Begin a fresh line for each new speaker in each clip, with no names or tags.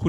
คุ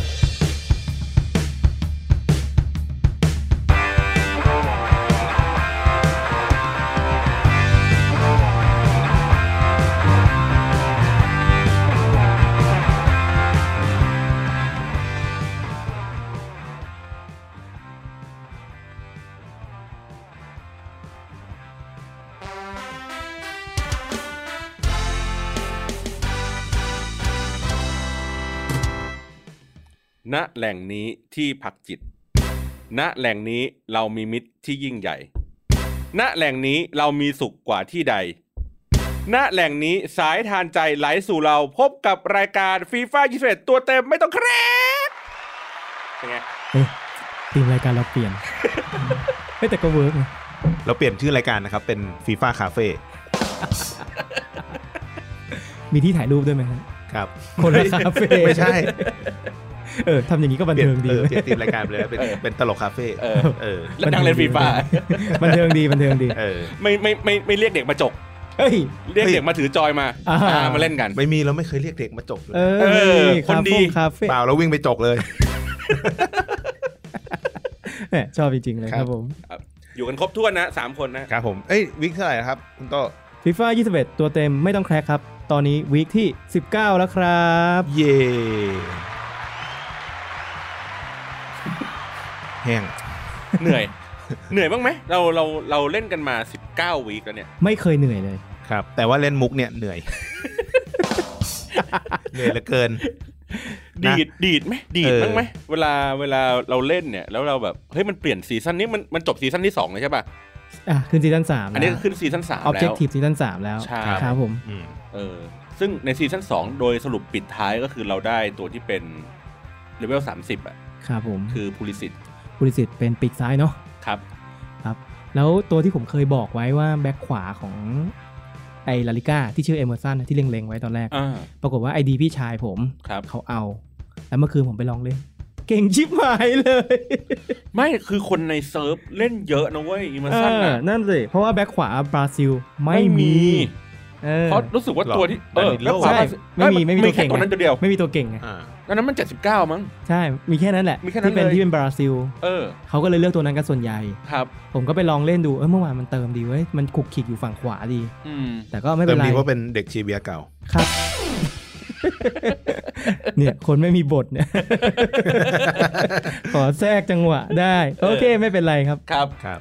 ณแหล่งนี้ที่พักจิต ณแหล่งนี้เรามีมิตรที่ยิ่งใหญ่ ณแหล่งนี้เรามีสุขกว่าที่ใด ณแหล่งนี้สายทานใจไหลสู่เราพบกับรายการฟีฟ่า21ตัวเต็มไม่ต้องแครกเป็นไง
เอ้ยทีมรายการเรา เปลี่ยน เฮ้ยแต่ก็เวิร์กนะ
เราเปลี่ยนชื่อรายการนะครับเป็นฟีฟ่าคาเฟ่
มีที่ถ่ายรูปด้วยไหมฮะ
ครับ
คนละคาเฟ่
ไม่ ใช่
เออทำอย่างนี้ก็บัน
เปลี่ยน
เทิงดี
เออ
เว้
เป
ย
ลี่ยนทีมรายการไปเลยนะเป็น
เออ
เป็นตลกคาเฟ่
เอ อ
เออ
แล้วนั่งเล่นฟีฟ่า
บันเทิงดีบันเทิงดี
เออ
ไม่ไม่ไม่ไม่เรียกเด็กมาจก
เฮ้ย
เรียก
เฮ้ย
เด็กมาถือจอยมา
อ่า
อ่ามาเล่นกัน
ไม่มีเราไม่เคยเรียกเด็กมาจกเลย
เอ
เออ
อ
คนดี
คาเฟ่
เปล่าเราวิ่งไปจกเลย
แหมชอบจริง ๆ เลย
ค
ครับ รับผม
อยู่กันครบถ้วนนะสามคนนะครับ
ผมเอ้ยวิกเท่าไหร่นะครับคุณโต
ฟีฟ่า21 ตัวเต็มไม่ต้องแครกครับ ตอนนี้วีคที่ 19 แล้วครับ
เย่แห้ง
เหนื่อย เหนื่อยบ้างไหมเราเราเราเล่นกันมา 19วีคแล้วเนี่ย
ไม่เคยเหนื่อยเลย
ครับ แต่ว่าเล่นมุกเนี่ย เหนื่อย เหนื่อยเหลือเกิน นะ
ดีดดีดไหมดีด
เออ
บ้างไหมเวลาเวลาเราเล่นเนี่ยแล้วเราแบบเฮ้ยมันเปลี่ยนซีซั่นนี้มันมันจบซีซั่นที่สองเลยใช่ป่ะ
อ่ะขึ้นซีซั่น3
อันนี้ก็ขึ้นซีซั่นสาม
ออบเจ
แล้
ก
ว
ทีฟซีซั่น3แล้ว
ใช่
ครับผม
อืม
เออซึ่งในซีซั่นสองโดยสรุปปิดท้ายก็คือเราได้ตัวที่เป็นเลเวล30 อ่ะ
ครับผม
คือพูลิสิต
บริสิทธิ์เป็นปีกซ้ายเนาะ
ครับ
แล้วตัวที่ผมเคยบอกไว้ว่าแบ็คขวาของไอ้ลาลิก้าที่ชื่อเอเมอร์สันที่เล็งๆไว้ตอนแรก
อ่า
ปรากฏว่าไอดีพี่ชายผม
ครับ
เขาเอา แล้วเมื่อคืนผมไปลองเล่น เก่งชิบหายเลย
ไม่คือคนในเซิร์ฟเล่นเยอะนะเว้ยอีมา
เอ
ซัน
อ
อ่ะ
นั่นสิเพราะว่าแบ็คขวาบราซิลไม่มีเออ
เพราะรู้สึกว่าตัวที่เออ
ดานิโล
แล้วความ
ใช่ไม่มีไม่มีตัว
แค่
เก่ง
ตัวนั้นตัวเดียว
ไม่มีตัวเก่งไง
อ่า
อันนั้นมัน 79 มั้ง
ใช่ มีแค่นั้นแหละ
มีแค่นั้น
ที่เป็น
เลย
ที่เป็นบราซิล
เออ
เขาก็เลยเลือกตัวนั้นกันส่วนใหญ่
ครับ
ผมก็ไปลองเล่นดูเออเมื่อวานมันเติมดีเว้ยมันขลุกขลิกอยู่ฝั่งขวาดี
อืม
แต่ก็ไม่เป็
เติ
น
ม
ไร
ดีเพราะเป็นเด็กเชียร์เบียร์เก่า
ครับ เนี่ยคนไม่มีบทเนี่ย ขอแทรกจังหวะได้ โอเค ไม่เป็นไรครับ
ครับ
ครับ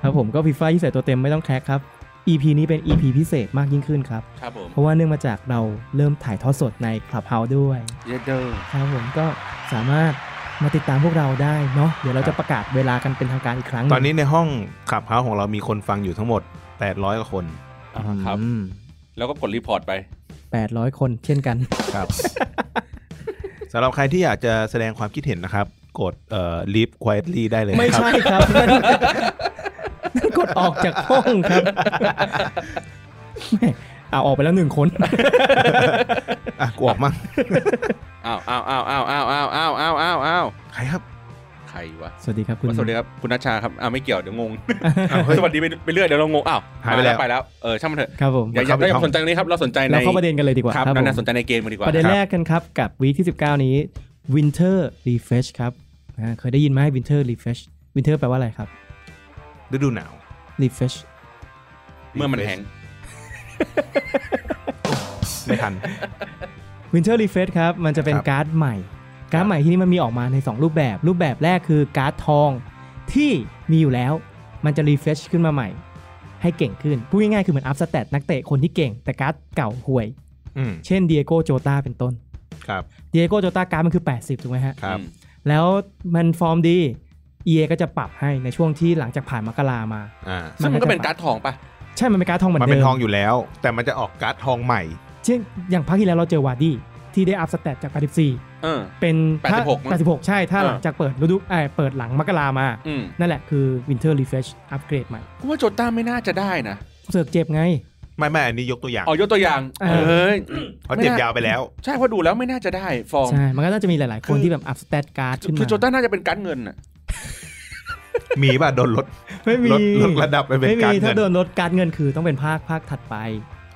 ครับผมก็ฟีฟ่ายี่สิบตัวเต็มไม่ต้องแคร์ครับ EP นี้เป็น EP พิเศษมากยิ่งขึ้นครับ
ครับผม
เพราะว่าเนื่องมาจากเราเริ่มถ่ายทอดสดใน Clubhouse ด้วย
เยเดอร์
ครับผมก็สามารถมาติดตามพวกเราได้เนาะเดี๋ยวเราจะประกาศเวลากันเป็นทางการอีกครั้งหง
ตอนนี้ในห้องขับเฮาของเรามีคนฟังอยู่ทั้งหมด 800กว่าคน
อ่าครับ
อืม
แล้วก็กดรีพอร์ตไป
แปดร้อยคนเช่นกัน
ครับ สำหรับใครที่อยากจะแสดงความคิดเห็นนะครับ กดเอ่อ leave quietly ได้เลย
ไม่
นะครับ
ใช่ครับ นั่นนั่นกดออกจากห้องครับแม่เอาออกไปแล้วหนึ่งคน
อ่ะกูออกมั่ง
อ้าวอ้าวอ้าวอ้าวอ้าวอ้าวอ้าวอ้าวอ้าวอ้าว
ใครครับ
ใครวะ
สวัสดีครับคุณ
สวัสดีครับ คุณนัชชาครับอ้าวไม่เกี่ยว เดี๋ยวงง
อ้าวเฮ้ย
สวัสดีไปไปเรื่อย เดี๋ยวเรางง อ้าว
หายไปแล้ว
ไปแล้ว เออ ช่างมันเถอะ
ครับผม
อย่าอย่าอย่าสนใจเรื่องนี้ครับ เราสนใจใน
เราเข้าประเด็นกันเลยดีกว่า
ครับ
ครับ
นั่น
ผม
นะสนใจในเกมมันดีกว่า
ประเด็น
คบ
แรกกันครับกับวีคที่ 19 นี้ Winter Refresh ครับอ่าเคยได้ยินไหม Winter Refresh Winter แปลว่าอะไรครับ
ฤดูหนาว
Refresh
เมื่อมันแห้ง
ไม่ทัน
Winter Refresh ครับ มันจะเป็น
ครับ
การ์ดใหม่ การ์ดใหม่ที่นี่มันมีออกมาใน 2 รูปแบบ รูปแบบแรกคือการ์ดทองที่มีอยู่แล้ว มันจะรีเฟชขึ้นมาใหม่ ให้เก่งขึ้น พูดง่ายๆคือเหมือนอัพสเตตนักเตะคนที่เก่ง แต่การ์ดเก่าห่วย
อืม
เช่นเดียโกโจตาเป็นต้น
ครับ
เดียโกโจตาการ์ดมันคือ 80 ถูกไหมฮะ
ครับ
แล้วมันฟอร์มดี EA ก็จะปรับให้ในช่วงที่หลังจากผ่านมกรามา
อ่า
ซึ่งมันก็เป็นการ์ดทองป่ะ
ใช่มันเป็นการ์ดทองเหมือน
มัน
เดิม
เป็นทองอยู่แล้ว แต่มันจะออกการ์ดทองใหม่
เช่นอย่างภาคที่แล้วเราเจอวาร์ดี้ที่ได้อัพสเตตจาก84
เออ
เป็นถ้า
86มั้ง
86 ใช่ ถ้า
อ่า
หลังจากเปิดฤดูเอ่อเปิดหลังมกรามา
อืม
นั่นแหละคือ Winter Refresh อัปเกรดใหม่
กูว่าโจต้าไม่น่าจะได้นะ
เสือกเจ็บไง
ไม่ไม่อันนี้ยกตัวอย่าง
เอายกตัวอย่าง
เออ
เอ้ย
เพราะเจ็บยาวไปแล้ว
ใช่เพราะดูแล้วไม่น่าจะได้ฟอร์ม
ใช่ มันก็น่าจะมีหลาย ๆ คนที่แบบอัพสเตตการ์ดขึ้นมา
คือโจต้าน่าจะเป็นการ์ดเงินน่ะ
มีป่ะโดนลด
ไม่มี
ลดลดระดับไปเป็น
ไม่
การ
มี
เงิ
ถ้าน โดนลดการดเงินคือต้องเป็นภาคภาคถัดไป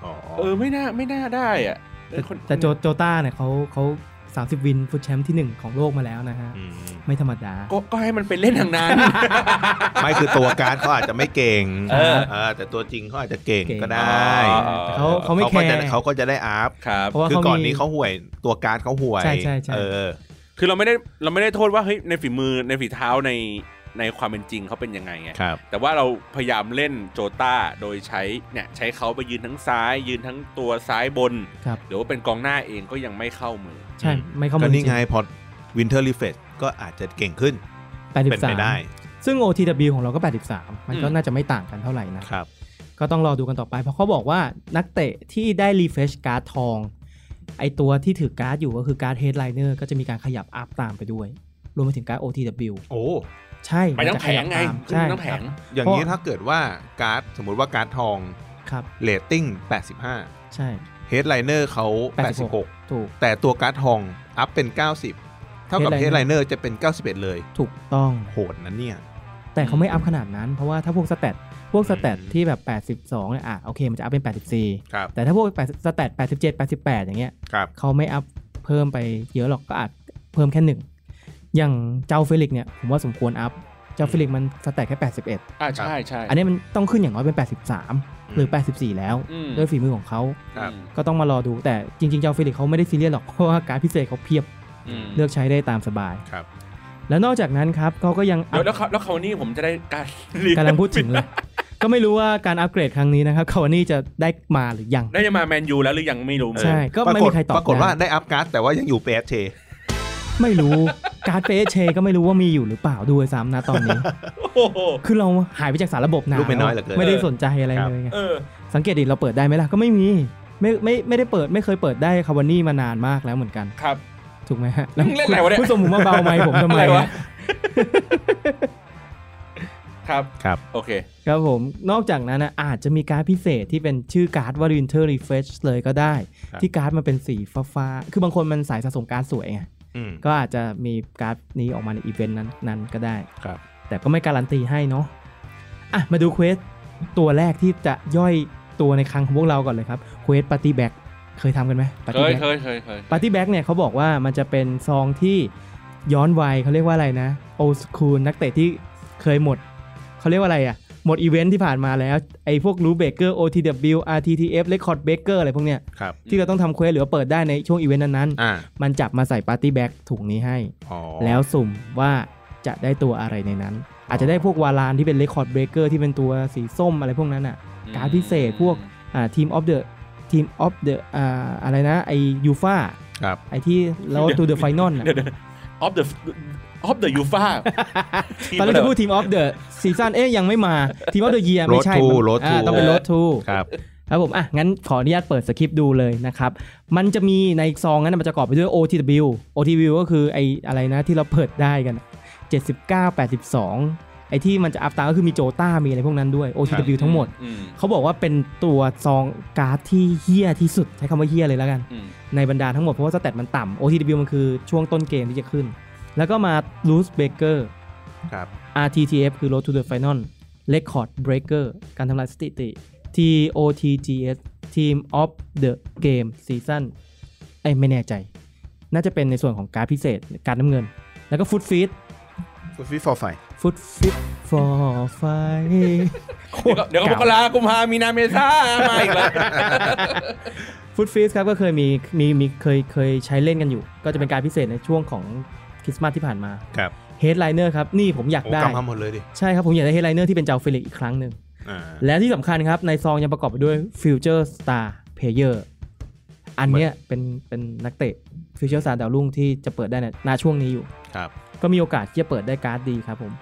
อ๋อ
เออไม่น่าไม่น่าได้อ่ะเออคน
แต่โจโจต้าเนี่ยเขาเขา30 วินฟุตแชมป์ที่หนึ่งของโลกมาแล้วนะฮะ
ม
ไม่ธรรมดา
ก็ก็ให้มันไปเล่นทางนั้น
ไม่คือตัวการดเขาอาจจะไม่เก่ง
เออ
เออแต่ตัวจริงเขาอาจจะเก่ง
เก่ง
ก็ได้
อ๋อ
แต่เขาเขาไม่แค
ก็
ร์
จะเขาก็จะได้อัพ
ครับ
เพราะว่า
คือ
เขา
ก่อน
มี
นี้เขาห่วยตัวการดเขาห่วย
ใช่ใช่ใช่
เออ
คือเราไม่ได้เราไม่ได้โทษว่าเฮ้ยในฝีมือในฝีเท้าในในความเป็นจริงเขาเป็นยังไงไง
ครับ
แต่ว่าเราพยายามเล่นโจต้าโดยใช้เนี่ยใช้เขาไปยืนทั้งซ้าย ยืนทั้งตัวซ้ายบน
ครับ
หรือว่าเป็นกองหน้าเองก็ยังไม่เข้ามือ
ใช่ ไม่เข้า
ก็
มา
นี่ไงพอวินเทอร์รีเฟชก็อาจจะเก่งขึ้น
แปดสิ
เป็
บ
น
สา
ไป
ม
ได้
ซึ่ง OTW ของเราก็ 83 มันก็
อืม
น่าจะไม่ต่างกันเท่าไหร่นะ
ครับ
ก็ต้องรอดูกันต่อไป เพราะเขาบอกว่านักเตะที่ได้รีเฟชการ์ดทอง ไอตัวที่ถือการ์ดอยู่ก็คือการ์ดเฮดไลเนอร์ก็จะมีการขยับอัพตามไปด้วย รวมไปถึงการ์ด OTW
โอ้
ใช่
ไปทั้งแผงไง
มัน
ขึ้น
จะขยับตามใช่
ทั้งแผง
อย่างนี้ถ้าเกิดว่าการ์ดสมมุติว่าการ์ดทอง
ครับ
เรตติ้ง
ใช่
85 h e a d l i n e r เขา 86
ถูก
แต่ตัวการ์ดทองอัพเป็น 90 เท่ากับ h e a d l i n e r จะเป็น 91 เลย
ถูกต้อง
โหดนะเนี่ย
แต่เขาไม่อัพขนาดนั้น เพราะว่าถ้าพวกสแตทพวกสแตทที่แบบ 82เนี่ยอ่ะโอเคมันจะอัพเป็น 84
ครับ
แต่ถ้าพวกสแตท87 88 อย่างเงี้ย
ครับ
เขาไม่อัพเพิ่มไปเยอะหรอกก็อาจเพิ่มแค่หนึ่ง อย่างเจ้าเฟลิกซ์เนี่ยผมว่าสมควรอัพ เจ้าเฟลิกซ์มันสแต็กแค่ 81
อ่าใช่ใช่
อันนี้มันต้องขึ้นอย่างน้อยเป็น 83 หรือ 84 แล้ว
อืม
ด้วยฝีมือของเขา
ครับ
ก็ต้องมารอดูแต่จริง ๆ เจ้าเฟลิกซ์เขาไม่ได้ซีเรียสหรอก เพราะว่าการดพิเศษเขาเพียบ
อืม
เลือกใช้ได้ตามสบาย
ครับ
แล้วนอกจากนั้นครับเขาก็ยังอั
เดี๋ยว
พ
แล้วเขาแล้วเขาวนี่ผมจะได้การ
กำลังพูดถึงเลย ก็ไม่รู้ว่าการอัปเกรดครั้งนี้นะครับคาวานี่จะได้มาหรือยัง
ได้จะมาแมนยูแล้วหรือยังไม่รู้
ใช่ ก็ไม่มีใครตอบ
ปรากฏ
ได้
ว่าได้อัพการ์ดแต่ว่ายังอยู่เปสเช
ไม่รู้ การ์ดเปเชก็ไม่รู้ว่ามีอยู่หรือเปล่าด้วยซ้ำนะตอนนี้
โอ้โห
คือเราหายไปจากสารระบบนาน
ลูกไม่น้อยเห
แล้ว
ลือเกิน
ไม่ได้สนใจอะไร
ครับ
เลยไง
เออ
สังเกตดิเราเปิดได้ไหมล่ะก็ไม่มีไม่ไม่ไม่ได้เปิดไม่เคยเปิดได้คาวานี่มานานมากแล้วเหมือนกัน
ครับ
ถูกไหม ฮะ
มึงเล่นอะไรวะเนี่ย
ผู้ชมผมมาเบาไมค์ผมทำไม
อะไรวะ
อะ
ครับ
ครับ
โอเค
ครับผมนอกจากนั้นนะอาจจะมีการดพิเศษที่เป็นชื่อการ์ดว่า Winter Refresh เลยก็ได้
ครับ
ที่การ์ดมันเป็นสีฟ้าฟ้าๆคือบางคนมันสายสะสมการ์ดสวยไง
อืม
ก็อาจจะมีการ์ดนี้ออกมาในอีเวนต์นั้นนั้นก็ได้
ครับ
แต่ก็ไม่การันตีให้เนาะ อ่ะ มาดูเควสตัวแรกที่จะย่อยตัวในครั้งของพวกเราก่อนเลยครับ เควสปาร์ตี้แบ็กเคยทำกันไหมปาร์
เค
ตี้
ย
แบ็ก
เคยเคยเคย
ปาร์ตี้แบ็กเนี่ยเขาบอกว่ามันจะเป็นซองที่ย้อนวัยเขาเรียกว่าอะไรนะ โอสคูลนักเตะที่เคยหมด เขาเรียกว่าอะไรอะ่ะ หมดอีเวนท์ที่ผ่านมาแล้ว ไอ้พวกรูเบเกอร์ OTW RTTF Record Breaker อะไรพวกเนี้ย
ครับ
ที่เราต้องทำเควสหรือว่าเปิดได้ในช่วงอีเวนต์นั้น
อ่า
ๆ มันจับมาใส่ปาร์ตี้แบ็กถุงนี้ให้
อ๋อ
แล้วสุ่มว่าจะได้ตัวอะไรในนั้น อาจจะได้พวกวาลานที่เป็นเ e คคอร์ดเบรกเกอร์ที่เป็นตัวสีส้มอะไรพวกนั้นอ่ะ การ์ดพิเศษพวก อ่าทีมออฟเดอะทีมออฟเดอะอ่าอะไรนะ ไอยูฟา
ครับ
ไอที่เราตูเดอะไฟนอล
เดี๋ยวออฟเดอะออฟเดอะยูฟ่า
ตอนแรกจะพูดทีมออฟเดอะซีซั่นเอ๊ยยังไม่มาทีมออฟเดอะเยีย
ร
ไม่
ถ
ใช่
ทู
มัน
รถ
อ่า
ทู
ต้องเป็นรถทู
ครับ
ครับผม อ่ะ งั้นขออนุญาตเปิดสคริปต์ดูเลยนะครับ มันจะมีในซองนั้นนะมันจะประกอบไปด้วย OTW OTW ก็คือไออะไรนะที่เราเปิดได้กัน 79 82 ไอ้ที่มันจะอัพตามก็คือมีโจต้ามีอะไรพวกนั้นด้วย OTW ทั้งหมด
อืม
เขาบอกว่าเป็นตัวซองการ์ดที่เฮี้ยที่สุด ใช้คำว่าเฮี้ยเลยแล้วกัน
อืม
ในบรรดาทั้งหมด เพราะว่าสเตตมันต่ำ OTW มันคือช่วงต้นเกมที่จะขึ้น แล้วก็มา Loose Breaker
ครับ
RTTF คือ Road to the Final Record Breaker การทำลายสถิติ TOTGS Team of the Game Season ไอ้ยไม่แน่ใจ น่าจะเป็นในส่วนของการดพิเศษการดน้ำเงิน แล้วก็ฟุตฟีด
ฟิฟฟอร์ไฟ
ฟุตฟิตฟอร์ไฟ
เดี๋ยวก็เดี๋ยวก็มกรากุมภามีนาเมษามาอีกแล้ว
ฟุตฟิตครับก็เคยมีมีมีเคยเคยใช้เล่นกันอยู่ ก็จะเป็นการพิเศษในช่วงของคริสต์มาสที่ผ่านมา
ครับ
เฮดไลเนอร์ครับ นี่ผมอยาก
โอ้
ได้
กำทำหมดเลยดิ
ใช่ครับ ผมอยากได้เฮดไลเนอร์ที่เป็นเจ้าเฟลิกอีกครั้งหนึ่ง
อ่า
และที่สำคัญครับ ในซองยังประกอบไปด้วยฟิวเจอร์สตาร์เพเยอร์อันเนี้ยเป็นเป็นนักเตะฟิวเจอร์สตาร์ดาวรุ่งที่จะเปิดได้ในณช่วงนี้อยู่
ครับ
ก็มีโอกาสที่จะเปิดได้การ์ดดีครับผม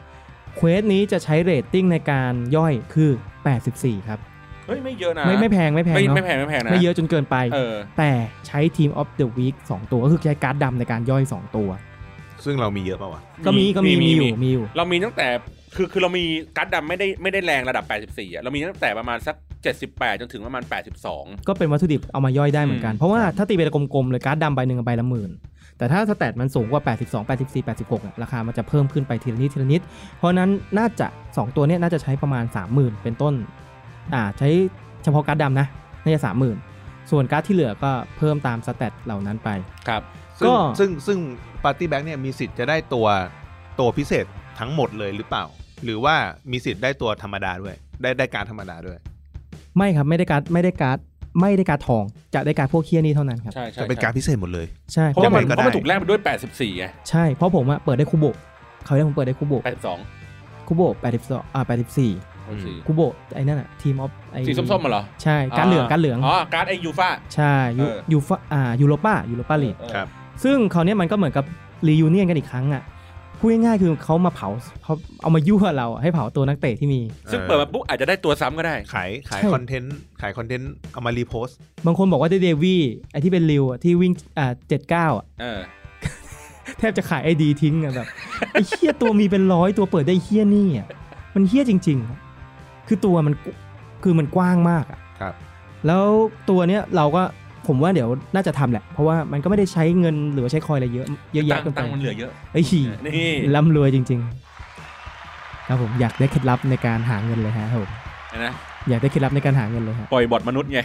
เควสนี้จะใช้เรตติ้งในการย่อยคือ 84 ครับ
เฮ้ยไม่เยอะนะ
ไม่ไม่แพงไม่แพง
ไม่
เนาะ
ไม่แพงไม่แพงนะ
ไม่เยอะจนเกินไป
เออ
แต่ใช้ทีม of the week 2 ตัว ก็คือใช้การ์ดดำในการย่อย 2 ตัว
ซึ่งเรามีเยอะป่าวะ
ก็มีก็มี
มีมี
มีอยู่มีอยู่
เรามีตั้งแต่คือคือเรามีการ์ดดำไม่ได้ไม่ได้แรงระดับ 84อ่ะเรามีตั้งแต่ประมาณสัก 78 จนถึงประมาณ 82
ก็เป็นวัตถุดิบเอามาย่อยได้เหมือนกัน
อืม
เพราะว่าถ้าตีเป็นกลมๆเลยการ์ดดำใบหนึ่งกับใบละหมื่น แต่ แต่ถ้าสแตทมันสูงกว่า 82 84 86อะราคามันจะเพิ่มขึ้นไปทีละนิดทีละนิด เพราะฉะนั้นน่าจะ 2 ตัวเนี้ยน่าจะใช้ประมาณ 30,000 เป็นต้น อ่าใช้เฉพาะการ์ดดำนะ น่าจะ 30,000 ส่วนการ์ดที่เหลือก็เพิ่มตามสแตทเหล่านั้นไป
ครับ
ก็
ซึ่งซึ่งซึ่งปาร์ตี้แบงค์เนี่ยมีสิทธิ์จะได้ตัวตัวพิเศษทั้งหมดเลยหรือเปล่า หรือว่ามีสิทธิ์ได้ตัวธรรมดาด้วย ได้ได้การดธรรมดาด้วย
ไม่ครับไม่ได้การ์ดไม่ได้การ์ดไม่ได้การ์ดทอง จะได้การ์ดพวกเคียนี่เท่านั้นครับ
ใช่ใช่
จะเป็นการดพิเศษหมดเลย
ใช่
เพราะว่ามัน
ยังไงก็
เพราะมัน
ได้
ถูกแลกไปด้วย 84ไง
ใช่เพราะผมอะเปิดได้คุโบะเขาเรียกผมเปิดได้คุโบะ
82
คุโบะ82อ่า84
คนสี
คุโบะไอ้นั่นอะทีมออฟไอ
สีส้มๆมาเหรอ
ใช่การ์ดเหลืองการ์ดเหลือง
อ๋อการ์ดไอยูฟ่า
ใช่ยู
เออ
ยูฟาอ่ายูโรป้ายูโรป้าลีก
ครับ
ซึ่งคราวเนี้ยมันก็เหมือนกับรียูเนียนกันอีกครั้งอ่ะพูดง่ายๆคือเขามาเผาเขาเอามายั่วเราอะให้เผาตัวนักเตะที่มี
ซึ่งเปิดมาปุ๊บอาจจะได้ตัวซ้ำก็ได้
ขายขาย
ใช่
คอนเทนต์ขายคอนเทนต์เอามารีโพสต์
บางคนบอกว่าได้เดวี่ไอที่เป็นริวอะที่วิ่งอ่าเจ็ดเก้าอะ
เออ
แทบจะขายไอดีทิ้งอะแบบ ไอเฮียตัวมีเป็นร้อยตัวเปิดได้เฮียนี่อะมันเฮียจริงๆอะคือตัวมันกุคือมันกว้างมากอะ
ครับ
แล้วตัวเนี้ยเราก็ผมว่าเดี๋ยวน่าจะทำแหละ เพราะว่ามันก็ไม่ได้ใช้เงินหรือว่าใช้คอยอะไรเยอะเยอะ
ตั
แยะ
ง
เกินไป
ตังค์มันเหลือเยอะ
ไอ้ยหี่
นี่
ร่ำรวยจริงๆ ครับผมอยากได้เคล็ดลับในการหาเงินเลยฮะผม
นะ
อยากได้เคล็ดลับในการหาเงินเลยฮะ
ปล่อยบอดมนุษย์ไง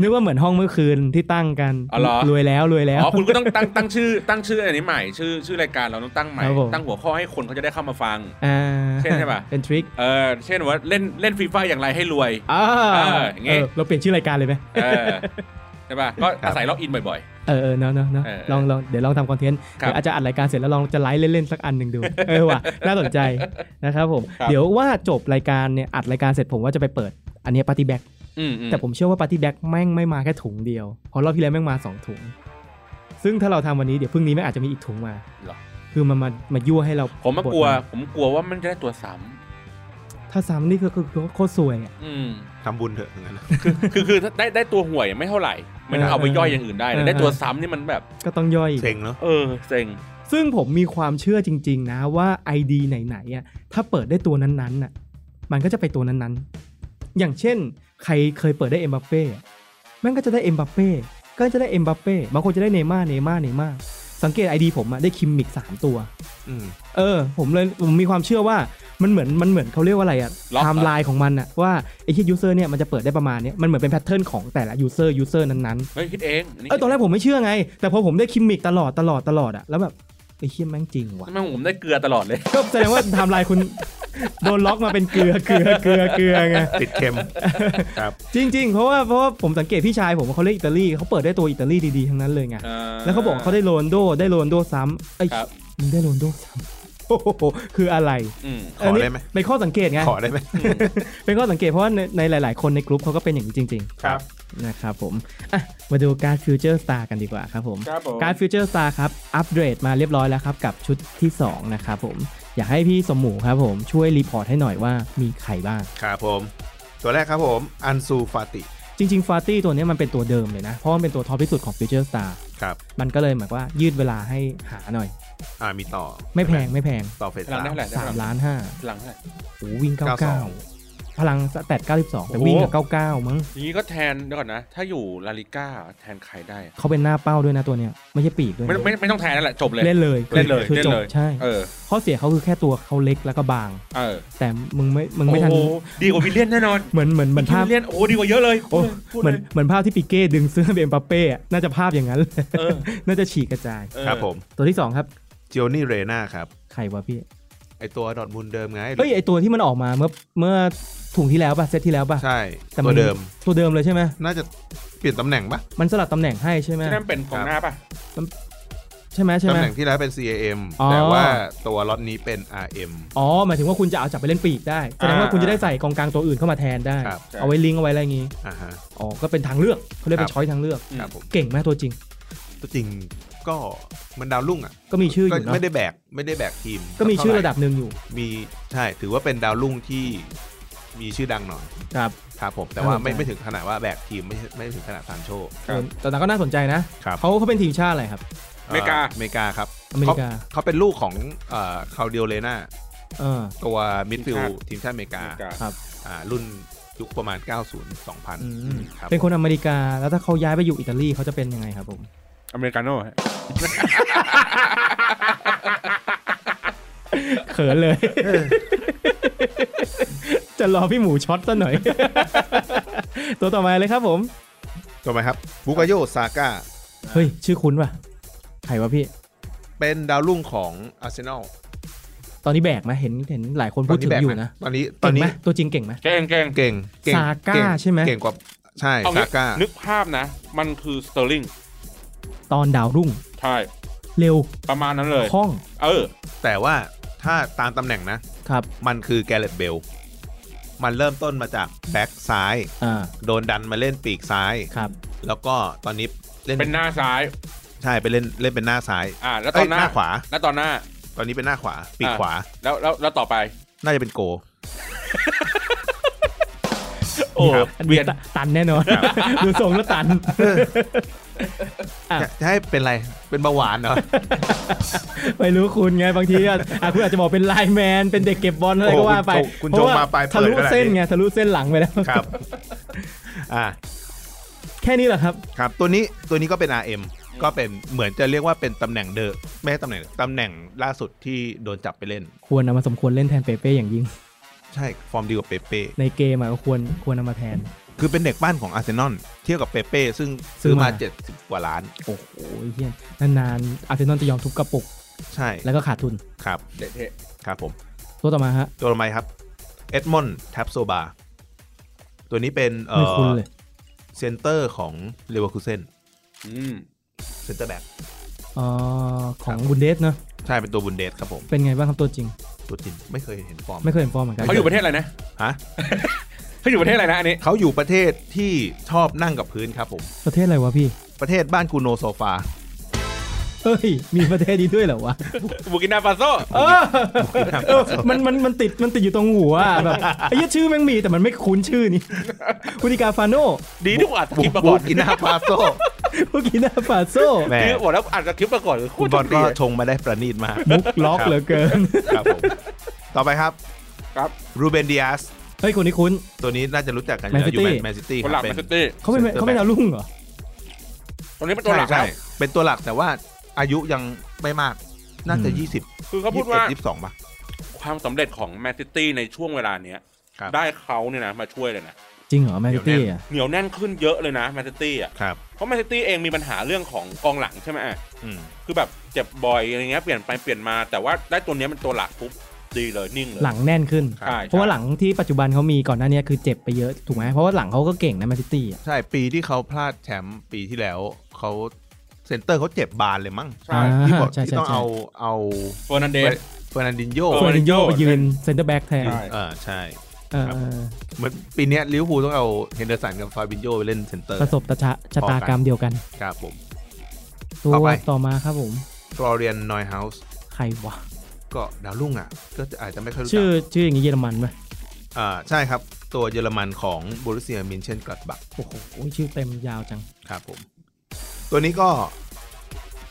นึกว่าเหมือนห้องเมื่อคืนที่ตั้งกัน
อ๋อเหรอ
รวยแล้วรวยแล้ว
อ๋อคุณก็ต้องตั้งตั้งชื่อ ตั้งชื่ออันนี้ใหม่ชื่อชื่อรายการเราต้องตั้งใหม่
ครับผม
ตั้งหัวข้อให้คนเขาจะได้เข้ามาฟัง
อ่า
เช่นใช่ปะ
เป็นทริค
เออเช่นว่าเล่นเล่นฟีฟ่าอย่างไรให้รวย
อ่า
เอออย่างงี้
เออเราเปลี่ยนชื่อรายการเลยไหม
เอ อใช่ป่ะก็
ครับ
อาศัยล็อกอินบ่อย
เออเออเนาะเนาะเนาะ
เออ
ลองลองเดี๋ยวลองทำคอนเทนต์
ครับ
เดี๋ยวอาจจะอัดรายการเสร็จแล้วลองจะไลฟ์เล่นๆสักอันหนึ่ง ดู เออว่ะน่าสนใจนะครับผม
ครับ
เดี๋ยวว่าจบรายการเนี่ยอัดรายการเสร็จผมว่าจะไปเปิด อันเนี้ปาร์ตี้แบ็
ๆอืมอืม
แต่ผมเชื่อว่าปาร์ตี้แบ็แม่งไม่มาแค่ถุงเดียวเพราะรอบที่แล้วแม่งมาสองถุง ซึ่งถ้าเราทำวันนี้เดี๋ยวพรุ่งนี้แม่งอาจจะมีอีกถุงมา
เหรอ
คือมันมามายั่วให้เรา
ผมมากลัว
ด
ผมกลัวว่ามันจะได้ตัวซ้
ถ้าซ้ำนี่คือคือคือโคตรซวยอ่ะ
ำอืม
ทำบุญเถอะอย่างนั้น
คือคือถ้าได้ได้ตัวห่วยไม่เท่าไหร่ มัน
เออ
เอาไปย่อยอย่างอื่นได้
เอ
แต่
อ
ได้ตัวซ้ำนี่มันแบบ
ก็ต้องย่อยอีก
เซ็งเนาะ
เออเซ็ง
ซึ่งผมมีความเชื่อจริง ๆ นะว่า ID ไหนๆอ่ะถ้าเปิดได้ตัวนั้นๆน่ะมันก็จะไปตัวนั้นๆ อย่างเช่น ใครเคยเปิดได้เอ็มบัปเป้อะแมันก็จะได้เอ็มบัปเป้ก็จะได้เอ็มบัปเป้บางคนจะได้เนย์ม่าร์เนย์ม่าร์เนย์ม่าร์สังเกต ID ผมอะได้คิมมิกสามตัว
อื ม
เออ ผมเลยผมมีความเชื่อว่ามันเหมือนมันเหมือนเขาเรียกว่าอะไรอะไทม์ไลน์ของมันอะว่าไอ้ที่ยูเซอร์เนี่ยมันจะเปิดได้ประมาณเนี้ยมันเหมือนเป็นแพทเทิร์นของแต่ละยูเซอร์ยูเซอร์นั้นๆ
เฮ้ยคิดเองอันนี้
เออตอนแรกผมไม่เชื่อไง แต่พอผมได้คิมมิกตลอดตลอดตลอดอะแล้วแบบไอ้เชี่ยแม่งจริงว่ะ
ทำไมผมได้เกลือตลอดเลย
ก็แสดงว่าไทำลายคุณ โดนล็อกมาเป็นเกลือเกลือเกลือเกลือไง
ติดเค็ม ครับ
จริง ๆ เพราะว่าเพราะว่าผมสังเกตพี่ชายผมเขาเล่นอิตาลีเขาเปิดได้ตัวอิตาลีดีๆทั้งนั้นเลยไงแล้วเขาบอกเขาได้โรนลโดได้โรนลโดซ้ำไอ้ย
ครับ
มึงได้โรนลโดซ้ำโอ้ โหคืออะไร
อืม
ขอได้ไหม
นนี้เป็นข้อสังเกตไง
ขอได้ไหม
เป็นข้อสังเกตเพราะว่าในในหลาย ๆ คนในกลุ่มเขาก็เป็นอย่างนี้จริง
ครับ
ๆ นะครับผมอ่ะมาดูการฟิวเจอร์สตาร์กันดีกว่าครับผม
ครับผม
การฟิวเจอร์สตาร์ครับ อัปเดตมาเรียบร้อยแล้วครับ กับชุดที่ 2 นะครับผม อยากให้พี่สมหมูครับผมช่วยรีพอร์ตให้หน่อยว่ามีใครบ้าง
ครับผม ตัวแรกครับผมอันซูฟาติ
จริง ๆ ฟาตี้ตัวเนี้ยมันเป็นตัวเดิมเลยนะ เพราะมันเป็นตัวท็อปที่สุดของฟิวเจอร์สตาร์
ครับ
มันก็เลยหมายว่ายืดเวลาให้หาหน่อย
อ่ามีต่อ
ไม่แพง
ใช่ห
ไม่แพง
ต่อเฟส
พลังได้เท่าไหร่ได้เท่ไหร่
3ล้านห้า
พลังเท่าไหร่
โอ้วิ่ง 99 พลังแตด92 แต่วิ่งกับ99 มั้ง
อย่างนี้ก็แทนเดี๋ยวก่อนนะ ถ้าอยู่ลาลิก้าแทนใครได้อะ
เขาเป็นหน้าเป้าด้วยนะตัวเนี้ยไม่ใช่ปีกด้วย
ไม่ไม่ไม่ต้องแทนนั่นแหละจบเลย
เล่นเลย
เล่นเลย
คือ
เล่
จ
น
บ
เลย
ใช่
เออ
ข้อเสียเขาคือแค่ตัวเขาเล็กแล้วก็บาง
เออ
แต่มึงไม่มึงไม่ทัน
โอ้โหดีกว่าวิลเลียนแน่นอน
เหมือนเหมือนเหมือนภาพ
วิลเลียนโอ้โหดีกว่าเยอะเลย
โอ้
พูด
เหมือน
ลย
เหมือนภาพที่ปิเก้ดึงเสื้อเบมบัปเป้อะน่าจะภาพอย่างนั้นเลย
เออ
น่าจะฉีกกระจาย
เออ
ครับผม
ตัวที่ 2 ครับ
จิโอนี่เรนาครับ
ใครวะพี่
ไอตัวดอทมูลเดิมไง
เอ้ยไอตัวที่มันออกมาเมื่อเมื่อถุงที่แล้วป่ะ เซตที่แล้วป่ะ
ใช่
แต่
ตั
น
วเดิม
ตัวเดิมเลยใช่ไหม
น่าจะเปลี่ยนตำแหน่งปะ
มันสลับตำแหน่งให้ใช่ไหม
ที่นั่นเป็นของหน้าป่ะ
ใช่ไหมใช่
ตำ
ไหม
แหน่งที่แล้วเป็น CAM
อ๋อ
แต่ว่าตัวล็อตนี้เป็น RM
อ๋อ หมายถึงว่าคุณจะเอาจับไปเล่นปีกได้แสดงว่า
อ่า
คุณจะได้ใส่กองกลางตัวอื่นเข้ามาแทนได้
ครับ
เอาไว้ลิงก์เอาไว้อะไรอย่างงี้
อ่าฮะ
อ๋อก็เป็นทางเลือกเขาเรียกเป็
ครั
น
บ
ช้อยทางเลือก
ครับผม
เก่งไหมตัวจริง
ตัวจริงก็มันดาวรุ่งอ่ะ
ก็มีชื่ออ
ก็
ยู่เนาะ
ไม่ได้แบกไม่ได้แบกทีม
ก็มีชื่อระดับ
เท่าไห
หนึ่งอยู่
ร่มีใช่ถือว่าเป็นดาวรุ่งที่มีชื่อดังหน่อย
ครับ
ครับผม แต่ว่าไม่
ใช่
ไม่ถึงขนาดว่าแบกทีม ไม่ไม่ถึงขนาดซานโช
ครับ
แต่นั้นก็น่าสนใจนะครับ เขาเขาเป็นทีมชาติอะไรครับ
อเมริกา
อเมริกาครับ
อเมริกา
เขาเขาเป็นลูกของเอ่อคาวเดียเลนา
เออ
ตัวมิดฟิล
ทีมชาติ
ทีมชาติอเมริกา
ครับ
อ่ารุ่นยุคประมาณ 90
อืม
2000 ครับ
เป็นคนอเมริกาแล้วถ้าเขาย้ายไปอยู่อิตาลีเขาจะเป็นยังไงครับผม
อเมริกาโน่ฮะ
เขินเลย จะรอพี่หมูช็อตซะหน่อย ตัวต่อมาเลยครับผม
ถูกไหมครับบุกาโยซาก้า
เฮ้ย ชื่อคุ้นว่ะใครวะพี่
เป็นดาวรุ่งของอาร์เซนอล
ตอนนี้แบกไหมเห็นเห็นหลายคนพูดถึงอยู่นะ
ตอนนี้ต
ต
อ
อน น
นี้
นี้ตัวจริงเก่งไหม
แกล้งแกล้ง
เก่งเก่ง
ซาก้า
เง
ใช่ไหม
เก่งกว่าใช่
เอา
ซา
งี้
ก้า
นึกภาพนะ มันคือสเตอร์ลิง
ตอนดาวรุ่ง
ใช่
เร็ว
ประมาณนั้นเลย
คล่อง
เออ
แต่ว่าถ้าตามตำแหน่งนะ
ครับ
มันคือแกเ e t ตเบล มันเริ่มต้นมาจากแบ็กซ้าย
อ่า
โดนดันมาเล่นปีกซ้าย
ครับ
แล้วก็ตอนนี้เล่น
เป็นหน้าซ้าย
ใช่ไปเล่นเล่นเป็นหน้าซ้าย
อ่า แล้วต
เอ้
อย นห
ห
น้า
น้าขวา
แล้วตอนหน้า
ตอนนี้เป็นหน้าขวา ปีก
อ่ะ
ขวา
แล้วแล้วแล้วต่อไป
น่าจะเป็นโก
โอ้
ครับ
อัน
เวี
นี้
ยน
ตตันแน่นอน ดูทรงแล้วตัน อ่ะ
จะจะให้เป็นอะไร เป็นเบาหวานเหรอ
ไม่รู้คุณไงบางทีก็อ่ะคุณอาจจะบอกเป็นไลน์แมน เป็นเด็กเก็บบอลอะไรก็ว่าไป
โอ้คุณ
เพ
โจ
ระ
ง
ว่
มาปลายเปิด
ทะลุ
ขนาดนี้
เส้นไงทะลุเส้นหลังไปแล้ว
ครับ อ่า
แค่นี้เหรอครับ
ครับตัวนี้ตัวนี้ก็เป็น RM ก็เป็นเหมือนจะเรียกว่าเป็นตำแหน่งเดอไม่ใช่ตำแหน่งตำแหน่งล่าสุดที่โดนจับไปเล่น
ควรเอามาสมควรเล่นแทนเปเป้อย่างยิ่ง
ใช่ ฟอร์มดีกว่าเปเป้
ในเกมอะก็ควรควรเอามาแทน
คือเป็นเด็กบ้านของอาร์เซนอลเทียบกับเปเป้ซึ่ง
ซื้
ซื้
อ
อ
มา
มา 70 กว่าล้าน
โอ้โหเฮียนานๆอาร์เซนอลจะยอมทุบกระปุก
ใช่
แล้วก็ขาดทุน
ครับ
เดะเทะ
ครับผม
ตัวต่อมาฮะ
ตัวละไมครับ เอ็ดมอนด์แท็บโซบา ตัวนี้เป็นเอ่
ไม่
อ
คุ้นเลย
เซนเตอร์ของเลเวอร์คูเซน
อืม
เซนเตอร์แบ็ก
อ๋อ ของบุนเดสเนอะ
ใช่เป็นตัวบุนเดสครับผม
เป็นไงบ้างครับตัวจริง
ตัวจริงไม่เคยเห็นฟอร์ม
ไม่เคยเห็นฟอร์มเหมือนกัน
เขาอยู่ประเทศอะไรนะ
ฮะ
เขาอยู่ประเทศอะไรนะอันนี้
เขาอยู่ประเทศที่ชอบนั่งกับพื้นครับผม
ประเทศอะไรวะพี่
ประเทศบ้านกูโนโซฟา
เอ้ย มีประเทศนี้ด้วยเหรอวะ
บูกินาฟาโซ
เออเออมันมันมันติดมันติดอยู่ตรงหัวอะแบบไอ้เหี้ยชื่อแม่งมีแต่มันไม่คุ้นชื่อนี่บุติกาฟาโน
ดีที่ผมอัดสค
บุ
ริปต์มา
กบุ
ก่อก น
อินาฟาโซ
บุกินาฟาโซ
แหม่
ดีบอกแล้วอัดสคริปต์มาก่อนโค
คุณ
ตร
บอล
โชคดี
ก็
เลย
ชงมาได้ประณีตมาก
มุกล็อกเหลือเกิน
ครับผม ต่อไปครับ
ครับ
รูเบนดิอาส
เฮ้ย คนนี้คุ้น
ตัวนี้น่าจะรู้จักกันอ
Man
ยู่แล้วอยู่
City
แมนซิตี้
คนหลักแมนซิตี้
เขาเป็นเขาเป็นดาวรุ่งเหรอ
ตรงนี้เป็นตัวหลัก
ใช่
แล้ว
ๆเป็นตัวหลักแต่ว่าอายุยังไม่มาก น่าจะ
อืม
20
คือเขาพูดว่า
21 22ป่ะ
ความสำเร็จของแมนซิตี้ในช่วงเวลาเนี้ย
ครับ
ได้เขาเนี่ยนะ มาช่วยเลยนะ
จริงเหรอแมนซิตี้อ่ะ
เหนียวแน่นขึ้นเยอะเลยนะแมนซิตี้อ่ะ
ครับ
เพราะแมนซิตี้เองมีปัญหาเรื่องของกองหลังใช่ไหมอ่ะ
อืม
คือแบบเจ็บบ่อยอะไรเงี้ยเปลี่ยนไปเปลี่ยนมา แต่ว่าได้ตัวเนี้ยเป็นตัวหลักปุ๊บดีเลยนิ่งเลย
หลังแน่นขึ้น
ใช่
เพราะว่าหลังที่ปัจจุบันเขามีก่อนหน้านี้คือเจ็บไปเยอะถูกไหมเพราะว่าหลังเขาก็เก่งนะแมนซิตี้อ่ะ
ใช่ปีที่เขาพลาดแชมป์ปีที่แล้วเขาเซนเตอร์เขาเจ็บบานเลยมั้ง
ใช่
อ่า
ที่บอก
ใช่ใช่
ที่ต้อง
ใช่
เอาเอา
เฟอร์นันเดส
เฟอร์นันดินโย
เอ
เฟอ
อ
ร์นินโยไปยืนเซนเตอร์แบ็กแทน
ใช่
เออใช่
เออเออ
เหมือนปีเนี้ยลิเวอร์พูลต้องเอาเฮนเดอร์สันกับฟาบินโยไปเล่นเซนเตอร์
ประสบตะชะชะตากรรมเดียวกัน
ครับผม
ตัว
ต่อไป
ต่อมาครับผม
ฟลอเรียนนอยเฮาส์
ใครวะ
ก็ดาวรุ่งอ่ะ ก็อาจจะไม่ค่อยรู้จั
ชื่อก ชื่ออย่างนี้เยอรมันไหม
อ่าใช่ครับ ตัวเยอรมันของบรูเซียมินเชนกลัดบัก
โอ้โหชื่อเต็มยาวจัง
ครับผม ตัวนี้ก็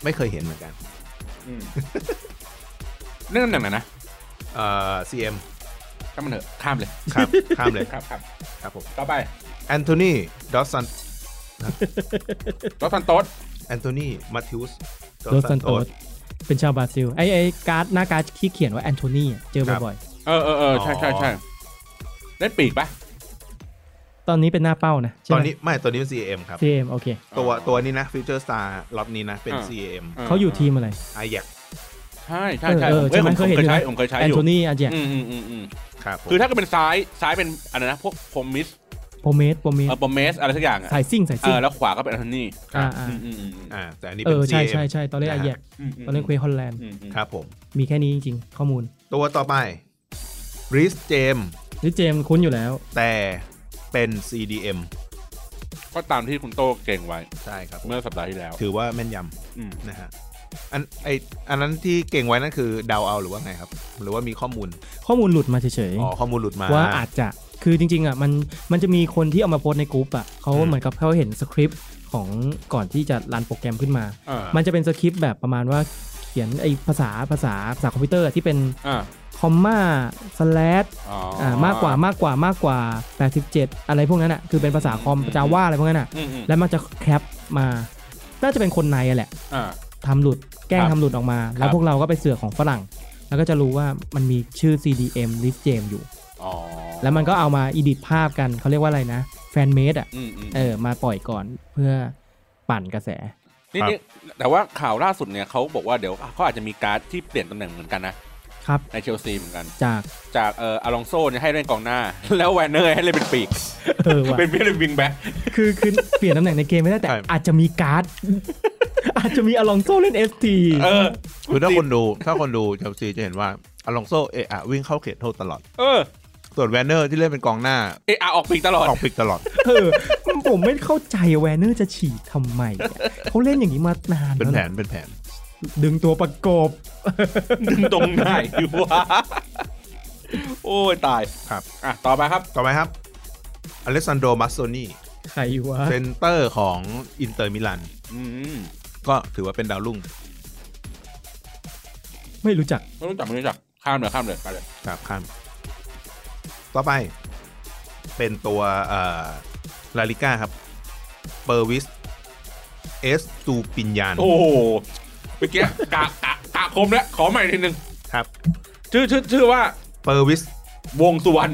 ไม่เคยเห็นเหมือนกัน
อืมเรื่องตำแหน่งไหนนะ
เอ่อ CM
ข้ามมันเถอะข้ามเลย
ครับ ข้ามเลย
ครับครับ
ครับผม
ต่อไป
แอนโทนีดอสซัน
รถทันโต๊ด
แอนโทนีมาทิวส์
โดสันโตสเป็นชาวบราซิล ไอ้ไอ้การ์ดหน้าการ์ดที่เขียนว่าแอนโทนีอะเจอบ่อย
เออเออเออใช่ใช่ใช่เล่นปีกปะ
ๆ ตอนนี้เป็นหน้าเป้านะใช่
ต
ไห
อน
ม
นี้ไม่ตัวนี้เป็น CM ครับ
CM โอเค
ตัวตัวนี้นะฟิวเจอร์สตาร์ล็อตนี้นะ เป็น
อ่า
CM
เขาอยู่ทีมอะไร
ไอแยก
ใช่ใช่
เออ
ใช่
เอ
ผม
อ
เคย
ใช่ไหม
ผม
เคยเห็น
เคยใช้
อ
ผมเคยใช้อน
ยู่นะแอ
ยู่
โทนีอาเจก
อืมอืมอืมอืม
ครับผม
คือถ้าเกิดเป็นซ้ายซ้ายเป็นอะไรนะพวกพรมิส
โปรเมสโปรเมส
เออปรเมสอะไรสักอย่างอ่ะ
สายซิ่งสาย
เอ
ซิ่ง
อแล้วขวาก็เป็นอันนี้
ครั
อ่า
บ
อ่า
อืมอืมอืม
อ่าแต่อันนี้
เอ
เป็น
อใช่
CM
ใช่ใช่ตอนเล่นอาเจก
อืมม
ตอนเล่นเควสฮอลแลนด์
อืมอืม
ครับผม
มีแค่นี้จริงๆ ข้อมูล
ตัวต่อไปริสเจม
นี่เจมส์คุ้นอยู่แล้ว
แต่เป็น CDM
ก็ตามที่คุณโตเก่งไว้
ใช่ครับผม
เมื่อสัปดาห์ที่แล้ว
ถือว่าแม่นยำ
อืม
นะฮะอันไออันนั้นที่เก่งไว้นั่นคือเดาเอาหรือว่าไงครับ หรือว่ามีข้อมูล
ข้อมูลหลุดมาเฉย
อ๋อข้อมูลหลุดมา
ๆ ว่าอาจจะคือจริงๆอ่ะมันมันจะมีคนที่เอามาโพสต์ในกลุ่มอ่ะเขา
อืม
เหมือนกับเขาเห็นสคริปต์ของก่อนที่จะรันโปรแกรมขึ้นมา
อ่า
มันจะเป็นสคริปต์แบบประมาณว่าเขียนไอ้ภาษาภาษาภาษาคอมพิวเตอร์ที่เป็น
อ่า
คอมมาสแลช
อ๋อ
อ่ามากกว่ามากกว่ามากกว่า 87 อะไรพวกนั้นอ่ะ คือเป็นภาษาคอมจาว่าอะไรพวกนั้นอ่ะ
อืมอืม
แล้วมันจะแคปมา แ น่าจะเป็นคนในอะแหละ
อ่า
ทำหลุดแกล้ง
ครับ
ทำหลุดออกมา แล้ว
ครับ
พวกเราก็ไปเสือกของฝรั่ง แล้วก็จะรู้ว่ามันมีชื่อ CDM list game อยู่
อ๋อ
แล้วมันก็เอามาอิดิทภาพกันเขาเรียกว่าอะไรนะแฟนเมดอ่ะ
อืมอืม
เออมาปล่อยก่อนเพื่อปั่นกระแส
นี่นี่แต่ว่าข่าวล่าสุดเนี่ยเขาบอกว่าเดี๋ยวเขาอาจจะมีการ์ดที่เปลี่ยนตำแหน่งเหมือนกันนะครับ ในเชลซีเหมือนกัน
จาก
จากเอ่ออลองโซ่เนี่ยให้เล่นกองหน้า แล้วแวนเนอร์ให้เล่นเป็น ปีก
เออว่ะ
เป็นเป็นวิงแบ็ค
คือคือเปลี่ยนตำแหน่งในเกมไม่ได้แต่
ใช่
อาจจะมีการ์ด อาจจะมีอลองโซเล่น FT
เออ
คือถ้าคนดูถ้าคนดูเชลซีจะเห็นว่าอลองโซเอะอะวิ่งเข้าเขตโทษตลอด
เออ
ส่วนแวนเนอร์ที่เล่นเป็นกองหน้า
เอะอะออกปีกตลอด
ออกปิกตลอด
เออผมไม่เข้าใจแวนเนอร์จะฉีดทำไมอะเขาเล่นอย่างนี้มานาน
เป็น
ล้วะ
แผนเป็นแผน
ดึงตัวประกบ
ดึงตรงไหน วะโอ้ยตาย
ครับ
อ่ะ ต่อไปครับ
ต่อไปครับอเลสซานโดมาโซนี
ใครวะ
เซนเตอร์ของอินเตอร์มิลาน
อืม
ก็ถือว่าเป็นดาวรุ่ง
ไม่รู้จัก
ไม่รู้จักไม่รู้จักข้ามเลยข้ามเลยไปเลย
ครับข้ามต่อไป เป็นตัวเอ่อลาลิก้าครับเปอร์วิสเอสตูปิญญาน
โอ้โหเมื่อกี้กะกะกะคมแล้วขอใหม่ทีนึง
ครับ
ชื่อชื่อชื่อว่า
เปอร์วิส
วงสุวรรณ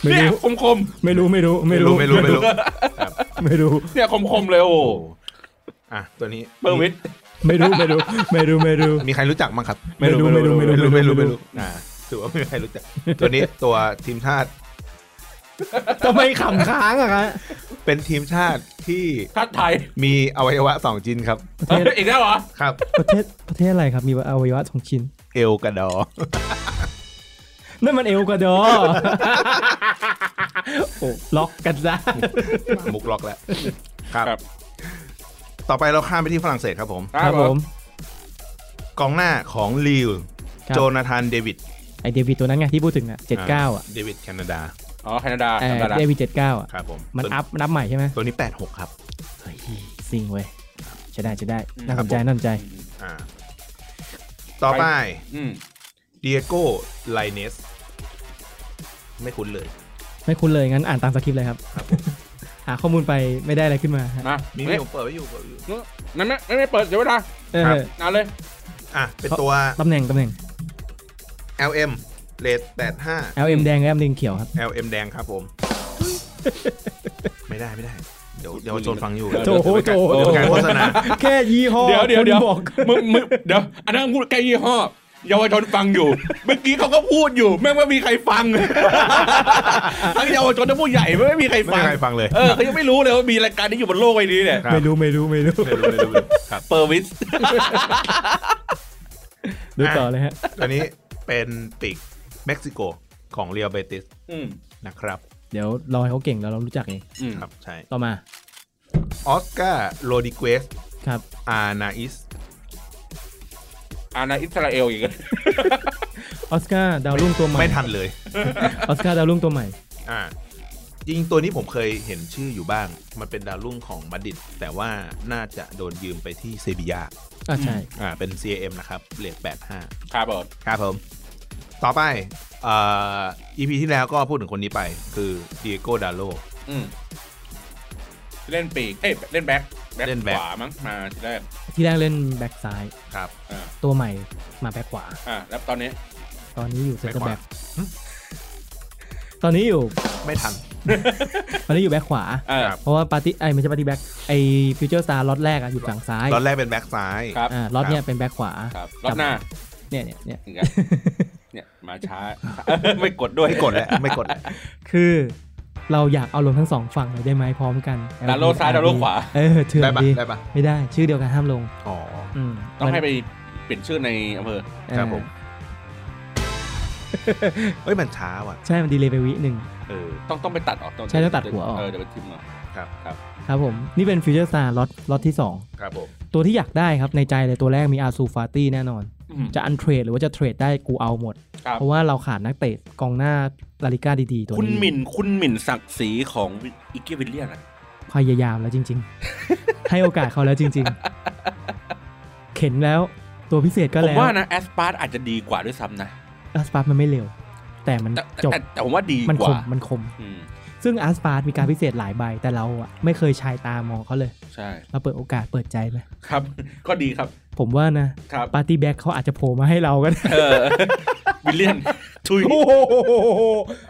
ไม่
เนี่ย
รู้
คมคม
ไม่รู้ไม่รู้ไม่รู้
ไม่รู้ไม่รู้
ไม่รู้
ๆเนี่ยคมคมๆเลยโอ้โห
อ่ะตัวนี้
เบอร์วิท
ไม่รู้ไม่รู้ไม่รู้ไม่รู้
มีใครรู้จักมั้งครับ
ไม่รู้ไม่รู้ไม่รู้
ไม่รู้ไม่รู้อ่าถือว่าไม่มีใครรู้จัก ตัวนี้ตัวทีมชาติ
ทำไมขำค้างอะคะ
เป็นทีมชาติที่
ชาติไทย
มีอวัยวะสองจินครับ
ประ
เอ้
เท
ย
ศ
อีกแล้วเหรอ
ครับ
ประเทศประเทศอะไรครับมีอวัยวะสองชิ้น
เอลกระดอ
นั่นมันเอวกว่าดอ โอ้ล็อกกันซะ
มุกล็อกแล้วครับ
ครับ
ต่อไปเราข้ามไปที่ฝรั่งเศสครับผม
ครับผม
กองหน้าของลิว
ครับ
โจนาธานเดวิด
ไอเดวิดตัวนั้นไงที่พูดถึงอ่ะเจ็ดเก้าอ่ะ
เดวิดแคนาดา
อ๋อแคนาดา
เอ
แค
อ
นาดา
เดวิดเจ็ดเก้าอ่ะ
ครับผม
มัน
ตัว
อัพมันอัพใหม่ใช่ไหม
ตัวนี้ 86 ครับ
เฮ้ยซิงเว้ยใช่ได้ใช่ได้น่า
ครั
ส
บ
นใจ
ผม
น่าสนใจ
อ่า ต่อไป
อืม
เดียโกไลเนส ไม่คุ้นเลย
ไม่คุ้นเลยงั้นอ่านตามสคริปต์เลยครับ
ครับผม
หาข้อมูลไปไม่ได้อะไรขึ้นมาฮะ
นะ
มี
เฮ้
มี
ย
ผมเปิดไว้อยู่เปิดไว้อยู่
นั่นไม่ไม่ไม่เปิดเดี๋ยวเวลา
เออ
ครับ
เอาเลย
อ่ะ เป็นตัว
ตำแหน่งตำแหน่ง
LM เลท
LM แดงกับ LM เขียวครับ
85 LM แดงครับผม ไม่ได้ไม่ได้ เดี๋ยวเดี๋ยวโจนฟังอยู่
โจ
เดี๋ยว
โจ
เดี๋ยวเป็นการโฆษณา
แค่ยี่ห้อ
เดี๋ยวเดี๋ยวเดี๋ยว
คนบอก
มึงมึงเดี๋ยวอันนั้นพูดแค่ยี่ห้อเยาวชนฟังอยู่ เมื่อกี้เขาก็พูดอยู่ แม่งไม่มีใครฟัง ทั้งเยาวชนทั้งผู้ใหญ่ไม่มีใคร
ไม่
ฟั
มี
ง
ใครฟังเลย
เออเขายังไม่รู้เลยว่ามีรายการนี้อยู่บนโลกใบนี้เนี่ย
ครับ
ไม่รู้ไม่รู้ไม่รู้
ไม่รู้ไม่รู้ครับ
เปอร์วิส
ดูต่อเลยฮะ
ตัวนี้เป็นปีกเม็กซิโกของเรียลเบติส
อืม
นะครับ
เดี๋ยวรอให้เขาเก่งแล้วเรารู้จักเอง
อืม
ครับใช่
ต่อมา
ออสการ์โรดิเกส
ครับ
อานาอิส
อานาอิสราเอลอีก
ออสการ์ดาวรุ่งตัวใหม่
ไม่ทันเลย
ออสการ์ดาวรุ่งตัวใหม่
อ่า จริงตัวนี้ผมเคยเห็นชื่ออยู่บ้าง มันเป็นดาวรุ่งของบัณฑิต แต่ว่าน่าจะโดนยืมไปที่เซบียา
อ่ะใช่
อ่า เป็น CAM นะครับเลท85
ครับเปิด
ครับผม ต่อไปอ่า EP ที่แล้วก็พูดถึงคนนี้ไป คือเดียโกดาโล
อืมเล่นปีกเอ้ยเล่นแบ็คแบ็ค
เล่นแบ็
ข
ค
วามั้งมาทีแรก
ที่แรกเล่นแบ็กซ้าย
ครับ
อ่า
ตัวใหม่มาแบ็กขวา
อ่าแล้วตอนนี้
ตอนนี้อยู่เซนเตอร์แบ็ก
back
ตอนนี้อยู่
ไม่ทัน
ตอนนี้อยู่แบ็กขวา
เออ
ครับ
เพราะว่าปาร์ตี้ไอ้ยไม่ใช่ปาร์ตี้แบ็กไอ้ฟิวเจอร์สตาร์ล็อตแรกอะอยู่ฝั่งซ้าย
ตอนแรกเป็นแบ็กซ้าย
ครับ
อ่าล็อตเนี่ยเป็นแบ็กขวา
ครับรอบหน้า
เนี่ยเนี่ยเนี่ย
อย่างเงี้ยเนี่ยมาช้า ไม่กดด้วย
ไม่กดแล้วไม่กดแล้ว
คือเราอยากเอาลงทั้งสองฝั่งเลยได้ไหมพร้อมกัน
ดาวโลซ้ายดาวโลขวา
เออเถื่อ
ได้
น
ปะ
ดี
ได้ปะ
ไม่ได้ชื่อเดียวกันห้ามลง
อ๋อ
อืม
ต้องให้ไปเปลี่ยนชื่อในอำเภอ
เออ
ครับผม เอ้ยมันช้าว่ะ
ใช่มันดีเลยไปวิหนึ่ง
เออ
ต้องต้องไปตัดออก
ใช่ต้องตัดหัวออก
เออเดี๋ยวไปทิมเอา
ครับ
ครับผม นี่เป็นฟิวเจอร์สตาร์ล็อตล็อตที่สอง
ครับผม
ตัวที่อยากได้ครับในใจเลยตัวแรกมีอาซูฟาตี้แน่นอน
อืม
จะอันเทรดหรือว่าจะเทรดได้กูเอาหมด
ครับ
เพราะว่าเราขาดนักเตะกองหน้าลาลิก้าดีๆ ตัว
คุณ
นี้
หมิ่นคุณหมิ่นศักดิ์ศรีของอิกเกวิลเลียนอะ
พยายามแล้วจริง ๆ ให้โอกาสเขาแล้วจริง ๆ เข็นแล้วตัวพิเศษก็
ผม
แล้ว
ว่านะแอสปาร์อาจจะดีกว่าด้วยซ้ำนะ
อัสปาร์มันไม่เร็ว แต่มัน
แต่
จบ
แต่แต่ผมว่าดี
มัน
ก
คม
ว่า
มันคม
อืม
ซึ่งอาร์สปาร์มีการพิเศษหลายใบ แต่เราอะไม่เคยชายตามองเขาเลย
ใช่
เราเปิดโอกาสเปิดใจไหม
ครับ ก็ดีครับ
ผมว่านะครับ ปาร์ตี้แบ็คเขาอาจจะโผล่มาให้เราก็ได้
เออ วิลเลียนทุย
โอ้โห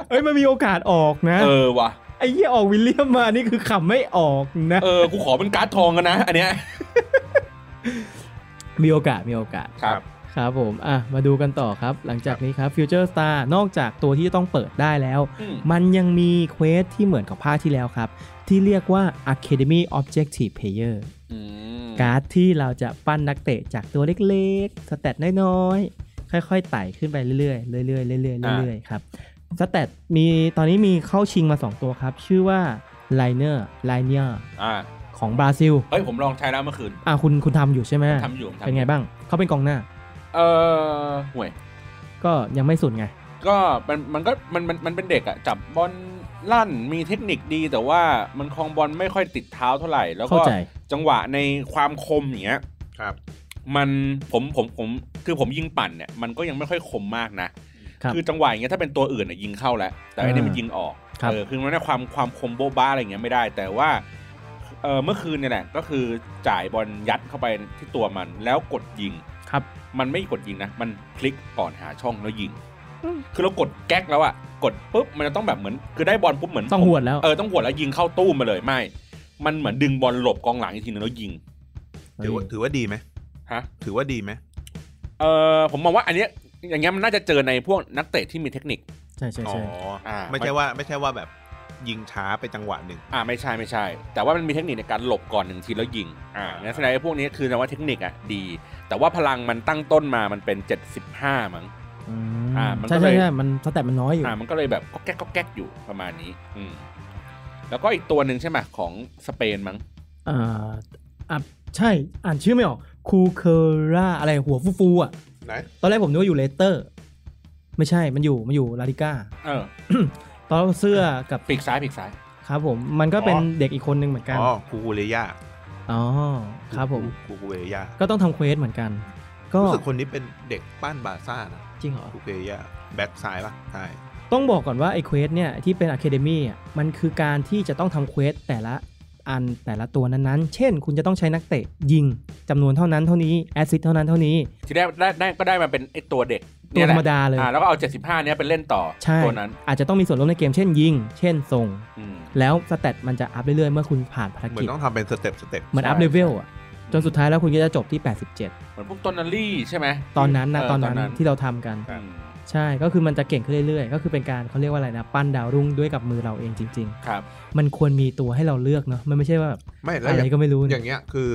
เอ้ยมันมีโอกาสออกนะ
เออว่ะ
ไอ้เหี้ยออกวิลเลียมมานี่คือขำไม่ออกนะ
เออ กูขอเป็นการ์ดทองกันนะ อันเนี้ย
มีโอกาสมีโอกาส
ครับ
ครับผม อ่ะ มาดูกันต่อครับ หลังจากนี้ครับฟิวเจอร์สตาร์นอกจากตัวที่จะต้องเปิดได้แล้ว
อืม
มันยังมีเควสที่เหมือนกับภาคที่แล้วครับ ที่เรียกว่า Academy Objective Player
อืม
การ์ดที่เราจะปั้นนักเตะจากตัวเล็กๆ สแตทน้อยๆ ค่อยๆ ไต่ขึ้นไปเรื่อยๆ เรื่อยๆ เรื่อยๆ เรื่อยๆ ครับ สแตทมีตอนนี้มีเข้าชิงมา 2 ตัวครับ ชื่อว่า l i n e r l i n e r
อ่า
ของบราซิล
เฮ้ย ผมลองใช้แล้วเมื่อคืน
อ่ะคุณคุณทำอยู่ใช่ไหม
ทำอยู่ผมทำอยู่
เป็นไงบ้าง เขาเป็นกองหน้า
เออห่วย
ก็ยังไม่สุดไง
ก็มันมันก็มันมันมันเป็นเด็กอะจับบอลลั่นมีเทคนิคดีแต่ว่ามันคลองบอลไม่ค่อยติดเท้าเท่าไหร่ แล้ว
เข้า
ก็
ใจ
จังหวะในความคมอย่างเงี้ย
ครับ
มันผมผมผมคือผมยิงปั่นเนี่ยมันก็ยังไม่ค่อยคมมากนะครับ อจังหวะอย่างเงี้ยถ้าเป็นตัวอื่นอะยิงเข้าแล้ว แต่อันนี้
อ่ามั
มันยิงออก
ครับ
เออคือมันได้ความความคมโบ๊ะบ้าอะไรอย่างเงี้ยไม่ได้ แต่ว่าเออเมื่อคืนเนี่ยแหละก็คือจ่ายบอลยัดเข้าไปที่ตัวมันแล้วกดยิง
ครับ
มันไม่กดยิงนะ มันคลิกก่อนหาช่องแล้วยิง
อืม
คือเรากดแก๊กแล้วอะกดปุ๊บมันจะต้องแบบเหมือน คือได้บอลปุ๊บเหมือน
ต้องหวดแล้ว
เออต้องหัวดแล้วยิงเข้าตู้มมาเลยไม่ มันเหมือนดึงบอลหลบกองหลังอีกทีนึงแล้วยิง
ถือว่าถือว่าดีไหม
ฮะ
ถือว่าดีไหม
เออผมมองว่าอันเนี้ยอย่างเงี้ยมันน่าจะเจอในพวกนักเตะที่มีเทคนิค
ใช่ใช่
อ๋อ
ใช่
อ่า
ไม่ใช่ว่าไม่ใช่ว่าแบบยิงช้าไปจังหวะหนึ่ง
อ่าไม่ใช่ไม่ใช่ แต่ว่ามันมีเทคนิคในการหลบก่อนหนึ่งทีแล้วยิง อ่างั้นแสดงว่าพวกนี้คือนะว่าเทคนิคอะดี แต่ว่าพลังมันตั้งต้นมามันเป็น 75มั้ง
อืม
อ่ามันก็
ใช่
เล
ใช่
ย
ใช่มันสแตทมันน้อยอยู่
อ่ามันก็เลยแบบก็แก๊กก็แก๊กอยู่ประมาณนี้ อืมแล้วก็อีกตัวหนึ่งใช่ไหมของสเปนมั้ง
อ่าอ่ะใช่ อ่านชื่อไม่ออก คูเคร่าอะไรหัวฟูฟูๆอ่ะ
ไหน
ตอนแรกผมนึกว่าอยู่เลสเตอร์ ไม่ใช่ มันอยู่ มันอยู่ลาลิก้า
เออ
ตอนเสื้อกับ
ปีกซ้ายปีกซ้าย
ครับผม มันก็เป็น
อ๋อ
เด็กอีกคนหนึ่งเหมือนกัน
อ๋อคูคูเรย่า
อ๋อ ครับผม
คูคูเรย่า
ก็ต้องทำเควสเหมือนกัน ก็
รู้สึกคนนี้เป็นเด็กป้านบาร์ซ่านะ
จริงเหรอ
คูคูเรย่าแบ็กซ้ายปะใช่
ต้องบอกก่อนว่าไอ้เควสเนี่ยที่เป็นอะคาเดมี่ะมันคือการที่จะต้องทำเควสแต่ละอันแต่ละตัวนั้นๆ เช่น คุณจะต้องใช้นักเตะยิงจำนวนเท่านั้นเท่านี้แอสซิสเท่านั้นเท่านี้
ทีแรกได้ได้ก็ได้มาเป็นไอ้ตัวเด็ก
ตัว
นี่ย
ธ
แห
ร
ละ
รมดาเลย
อ่าแล้วก็เอา 75 เนี้ยไปเล่นต่อ
ใช่
ตัวนั้น
อาจจะต้องมีส่วนร่วมในเกมเช่นยิง เช่นส่ง
อืม
แล้วสเตตมันจะอัพเรื่อยๆ เมื่อคุณผ่านภาร
เหมือ
กิจ
นต้องทำเป็นสเต็ปสเต็ป
เหมือนอัพ
ใช่
เลเวลอะจนสุดท้ายแล้วคุณก็จะจบที่
เหมือนพวกตอนนัลลี่ใช่ไหม
87 ตอนนั้นนะ
เ
ตอนนั้นที่เราทำกัน
อืม
ใช่ก็คือมันจะเก่งขึ้นเรื่อยๆ ก็คือเป็นการเขาเรียกว่าอะไรนะ ปั้นดาวรุ่งด้วยกับมือเราเองจริง
ครับ
ๆ มันควรมีตัวให้เราเลือกเนาะมันไม่ใช่ว่าแบบ
ไม่แล้ว
อะ
อ
ไร
ย่าง
ก็ไม่รู้
อย่างเงี้ยคือ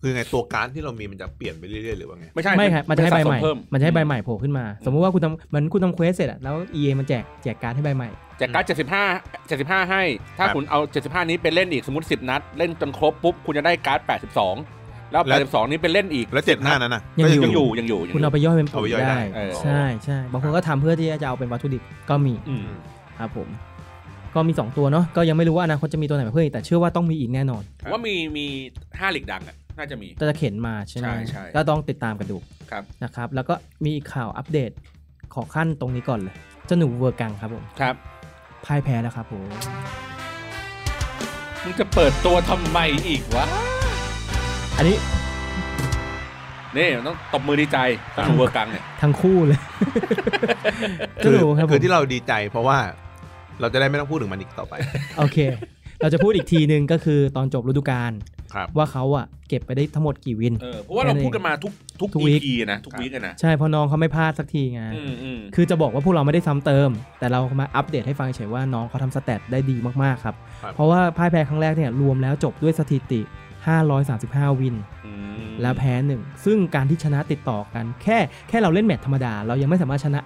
คือไงตัวการดที่เรามีมันจะเปลี่ยนไปเรื่อยๆหรือว่าไง
ไม่ใช่
ไม่ครับมันจะให้ใบใหม่
เพิ่ม
มันจะให้ใบใหม่โผล่ขึ้นมา สมมติว่าคุณทำเหมือนคุณทำเควสเสร็จอะแล้ว EA มันแจกแจกการ์ดให้ใบใหม่
แจกการ์ด75 75 ให้ ถ้า
ครับ
คุณเอา 75 นี้ไปเล่นอีกสมมติ 10 นัด เล่นจนครบปุ๊บคุณจะได้การ์ด 82 แล้ว 82 นี้ไปเล่นอีก
แล้วเจ็ดหน้านั้นนะ
ยัง
ก็
ยังอยู่ยังอยู่ยัง
คุณ
ยู่
เอาไปย่อยเป็นปุ๋
เอาไป
ย
ย่อยได้
ได้
เออ
ใช่ใช่บางคนก็ทำเพื่อที่จะเอาเป็นวัตถุดิบก็มี
อืม
ครับผม ก็มี 2 ตัวเนาะก็ยังไม่รู้ว่าอนาคตจะมีตัวไหนมาเพิ่มอีกแต่เชื่อว่าต้องมีอีกแน่นอน
ว่ามีมีห้าหลีกดังอ่ะ น่าจะมี
ก็จะเข็นมาใช่ไหม
ใช่ใช่
ก็ต้องติดตามกันดู
ครับ
นะครับ แล้วก็มีอีกข่าวอัปเดตขอขั้นตรงนี้ก่อนเลยเจ้าหนูเวอร์กังครับผม
ครับ
พ่ายแพ้แล้วครับผม
มึงจะเปิดตัวทำไมอีกวะ
อันนี้
นี่มันต้องตบมือดีใจตอนเวอร์กังเนี่ย
ทั้งคู่เลย
คื
เจ้า
อ
หนูครับผ
คือ
ม
ที่เราดีใจเพราะว่าเราจะได้ไม่ต้องพูดถึงมันอีกต่อไป
โอเค เราจะพูดอีกทีนึงก็คือตอนจบฤดูกาล
ครับ
ว่าเขาอะเก็บไปได้ทั้งหมดกี่วิน
เออเพราะว่าเราพูดกันมาทุกทุก
ทุก
EP
week
นะ ทุก
ครับ
วีกันนะ
ใช่เพราะน้องเขาไม่พลาดสักทีไง
อืมอืม
คือจะบอกว่าพวกเราไม่ได้ซ้ำเติม แต่เรามาอัปเดตให้ฟังเฉยๆว่าน้องเขาทำสแตทได้ดีมากๆครับ
ครับ
เพราะว่าพ่ายแพ้ครั้งแรกเนี่ยรวมแล้วจบด้วยสถิติ 535 วิน
อืม
แล้วแพ้หนึ่งซึ่งการที่ชนะติดต่อกัน แค่แค่เราเล่นแมตช์ธรรมดา เรายังไม่สามารถชนะ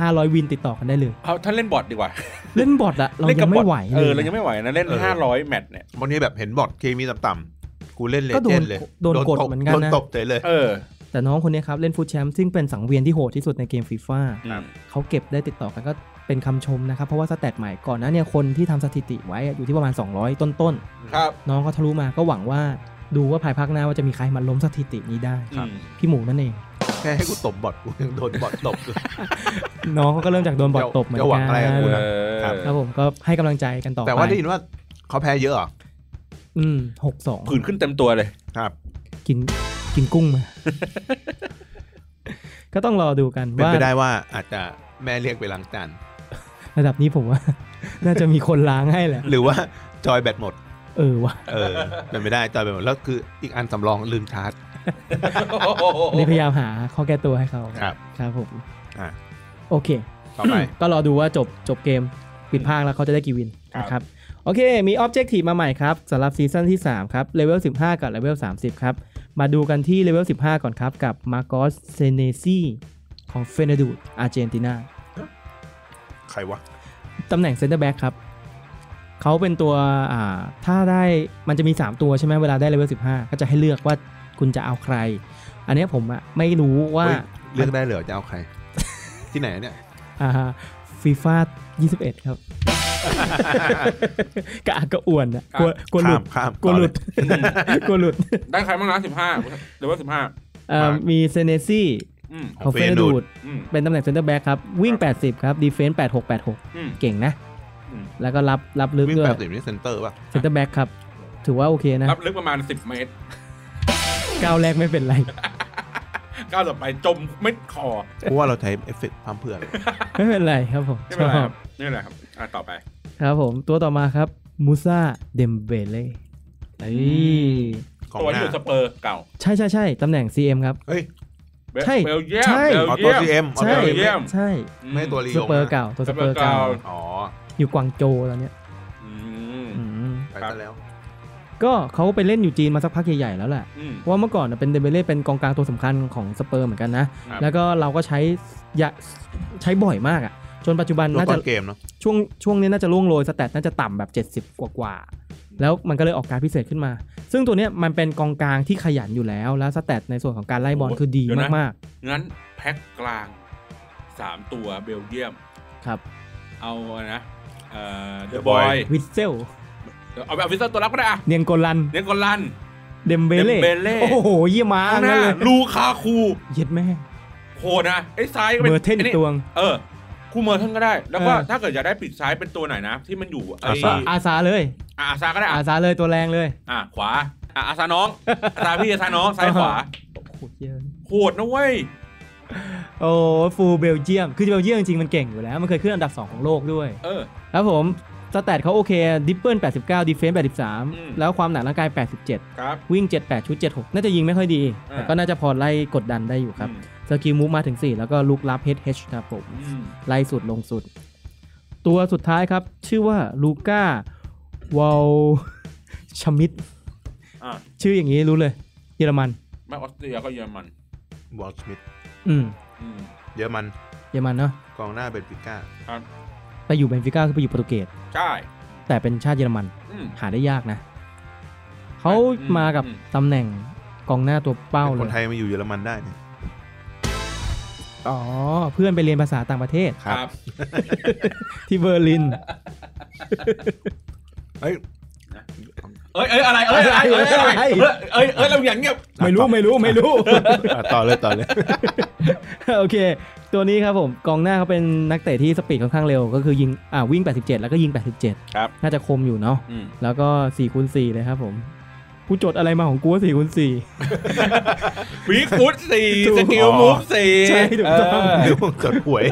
500 วินติดต่อกันได้เลย
เอาท่านเล่นบอร์ดดีกว่า
เล่นบอทอะเรา
ล่นกั
ยัง
บ
ไม่ไหว
บอร์ดเอ
เล
อย เรายังไม่ไหวนะ เล่น
เออ
ห้าร้อยแมตช์เนี่ย
บางทีแบบเห็นบอร์ดเคมีต่ำๆกูเล่นเล
ก็โด
เจ
น
นด์เลย
โดนกด
ตบ
เหมือนกัน
โดน
นะ
ตบเฉยเลย
เออ
แต่น้องคนนี้ครับเล่นฟูดแชมป์ซึ่งเป็นสังเวียนที่โหดที่สุดในเกมฟีฟ่า
อืม
เขาเก็บได้ติดต่อกันก็เป็นคำชมนะครับเพราะว่าสแตทใหม่ก่อนหน้าเนี่ยคนที่ทำสถิติไว้อะอยู่ที่ประมาณ 200 ต้นๆ
ครับ
น้องเขาทะลุมาก็หวังว่าดูว่าภายภาคหน้าว่าจะมีใครมาล้มสถิตินี้ได้
อืม
พี่หมูนั่นเอง
แค่ให้กูตบบอดกูยังโดนบอดตบเลย
น้องเขาก็เริ่มจากโดนบอดตบเหมือน
จะหวั
กั
งอะไรกับกู
น
นะ
ค
ค
รั
รั
บ บ
ครับผมก็ให้กำลังใจกันต่อไป
แต่ว่าได้ยินว่าเขาแพ้เยอะเหรอ
อืมหกสอง
ผื่นขึ้นเต็มตัวเลย
ครับ
กินกินกุ้งมา ก็ต้องรอดูกัน
เป็น
ว่า
ไปได้ว่าอาจจะแม่เรียกไปล้าง จาน
ระดับนี้ผมว่า น่าจะมีคนล้างให้แหละ
หรือว่าจอยแบตหมด
เออว่ะ
เออเป็นไปได้จอยแบตหมดแล้วคืออีกอันสำรองลืมชาร์จ
อันนี่พยายามหาข้อแก้ตัวให้เขา
ครับ
ครับผม
อ่ะ
โอเค
ต่อไป
ก็รอดูว่าจบจบเกมปิดภาคแล้วเขาจะได้กี่วินนะครับ โอเค มี Objective มาใหม่ครับสำหรับซีซั่นที่ 3 ครับเลเวล15 กับเลเวล30 ครับ มาดูกันที่เลเวล15 ก่อนครับกับ m a r c o s s e n e s i ของเฟเนดูดอาร์เจนตินา
ใครวะ
ตำแหน่งเซนเตอร์แบ็กครับ เขาเป็นตัวอ่าถ้าได้มันจะมี 3 ตัวใช่ไหมเวลาได้เลเวล15 ก็จะให้เลือกว่าคุณจะเอาใคร อันเนี้ยผมอะไม่รู้ว่า
เฮ้ย เลือกได้เหรอจะเอาใคร ที่ไหนเนี่ย
อ่าฟีฟ่า21 ครับ กระอักกระอ่วนอะกลัวกลัวหลุด
ข้ามข้าม
กูหลุด กูหลุด
ได้ใครบ้างนะสิบห้าหรือว่าสิบห้า
เอ่อมีเซเนซี่
อืม
ของเฟนดูด
อืม
เป็นตำแหน่งเซนเตอร์แบ็กครับ วิ่ง 80 ครับดีเฟนส์86
อืม
86 เก่งนะ
อืม
แล้วก็รับรับลึ
ต่อก วิ่ง
ด้วย
แปดสิบนี่เซนเตอร์ป่ะ
เซนเตอร์แบ็กครับ ถือว่าโอเคนะ
รับลึกประมาณสิบเมตร
ก้าวแรกไม่เป็นไร
ก้าวต่อไปจมเม็ดคอ
เพราะว่าเราใช้เอฟเฟกต์ความเพื่อน
ไม่เป็นไรครับผม
นี่
ช
เป็น
อ
ไรครั
บ
บนี่เป็นไรครับอ่ะต่อไป
ครับผมตัวต่อมาครับมูซาเดมเบเล่เอ้ย
ของ
ตัว
ห
ที่
น้า
อยู่สเปอร์เก่า
ใช่ใช่ใช่ตำแหน่ง CM ครับ
เฮ้ย
เบล
ใช่
เบลเยียม
ใช่
เบล
อ๋อตัว
เยียม
ซี
ใช่
เอ็ม
เบลเยียม
ใช่
ไม่ให้ตัวลี
ส
ยง
เปอร์
นะ
เก่าตัวสเปอร์
ส
เก่า
เปอร์เก่
อ๋อ
อยู่กวางโจวตอนเนี้ย
อืม
อืม
ไปซะแล้ว
ก็เขาไปเล่นอยู่จีนมาสักพักใหญ่ๆแล้วแหละ
อืม
เพราะว่าเมื่อก่อนน่ะเป็นเดเบเล่เป็นกองกลางตัวสำคัญของสเปอร์เหมือนกันนะ
ครับ
แล้วก็เราก็ใช้ยะใช้บ่อยมากอะ่ะ จนปัจจุบัน
ตัว
น่า
ก่อ
จะ
นเกมเนาะ
ช่วงช่วงนี้น่าจะล่วงโรยสแตทน่าจะต่ำแบบ 70 กว่ากว่าๆแล้วมันก็เลยออกการดพิเศษขึ้นมา ซึ่งตัวเนี้ยมันเป็นกองกลางที่ขยันอยู่แล้ว แล้วสแตทในส่วนของการไล่บอลคือดี
เดี๋ยวนะ
มาก
งั้นแพ็คกลางสามตัวเบลเยียม
ๆครับ
เอาอะไรนะเอ่อเดอะบอย
วิสเซล
เอาแบบวิสเซอร์ตัวรับก็ได้อะ
เนียงโกลัน
เนโกลัน
เดมเบเล่
เดมเบเล่
โอ้โหเยี่ยมมา
ข้าก งห
นั่
น้าน
เลย
ลูคาคู
เย็ดแม่
โหดนะไอ้ซ้ายก็เป็น
เมอร์เทน
ไ
ตวง
เออคู่เมอร์เท่านก็ได้ แล้วก็
เออ
ถ้าเกิดอยากได้ปีกซ้ายเป็นตัวไหนนะ ที่มันอยู่ไอ้
อาซา
อาซาเลย
อ่ะอาซาก็ได้
อา
อ่ะ
ซาเลยตัวแรงเลย
อ่ะขวาอ่ะอาซาน้อง อาซาพี่อาซาน้องซ้ายขวา
โคตรเยอะ
โหดนะเว้ย
โอ้ฟูลเบลเยียม คือเบลเยียมจริงๆ มันเก่งอยู่แล้ว มันเคยขึ้นอันดับ 2 ของโลกด้วย
เออ
ครับผมสแตทเขาโอเค ดิปเปิล 89 ดิเฟนส์
อืม
83 แล้วความหนักร่างกาย 87
ครับ
วิ่ง 78 ชุด 76 น่าจะยิงไม่ค่อยดี
อ่า
แต่ก็น่าจะพอไล่กดดันได้อยู่ครับ สกิลมูฟมาถึง 4 แล้วก็ลุกลับ HH ครับผม
อืม
ไล่สุดลงสุด ตัวสุดท้ายครับ ชื่อว่าลูก้าวอลชมิด
อ่ะ
ชื่ออย่างนี้รู้เลย เยอรมัน
ไม่ออสเตรียก็เยอรมัน
วอลสมิธ
อืม
อืม
เยอรมัน
เยอรมันเนาะ
กองหน้าเบนฟิก้า
ไปอยู่เบนฟิก้าคือไปอยู่โปรตุเกส
ใช่
แต่เป็นชาติเยอรมัน
อืม
หาได้ยากนะ เขามากับ
อืม
ตำแหน่งกองหน้าตัวเป้า
เป็น
เล
คนไท
ย
ยมาอยู่เยอรมันได้เนี่ย
อ๋อ เพื่อนไปเรียนภาษาต่างประเทศ
ครับ
ที่เบอร์ลิน
เฮ้ย
เอ้ยเอ้ยอะไรเอ้ยอะไรเอ้ยอะไร
อะไร
เอ้ยเอ้ยเอ้ยเราอย่างเงียบ
ไม่
ไม่
รู้
รู้ไม่รู้ไม่รู้
อ่ะต่อเลยต่อเลย
โอเค ตัวนี้ครับผม กองหน้าเขาเป็นนักเตะที่สปีดค่อนข้างเร็ว ก็คือยิงอ่าวิ่ง 87 แล้วก็ยิง
ครับ
87 น่าจะคมอยู่เนาะ
อืม
แล้วก็4คูณ4เลยครับผม กูจดอะไรมาของกูว่า4คูณ4
วีฟุตสี่
ถูก
สกิลมูฟสี่
ใช่ถูกต้อง
เ
เดี๋ยวผมจดหวย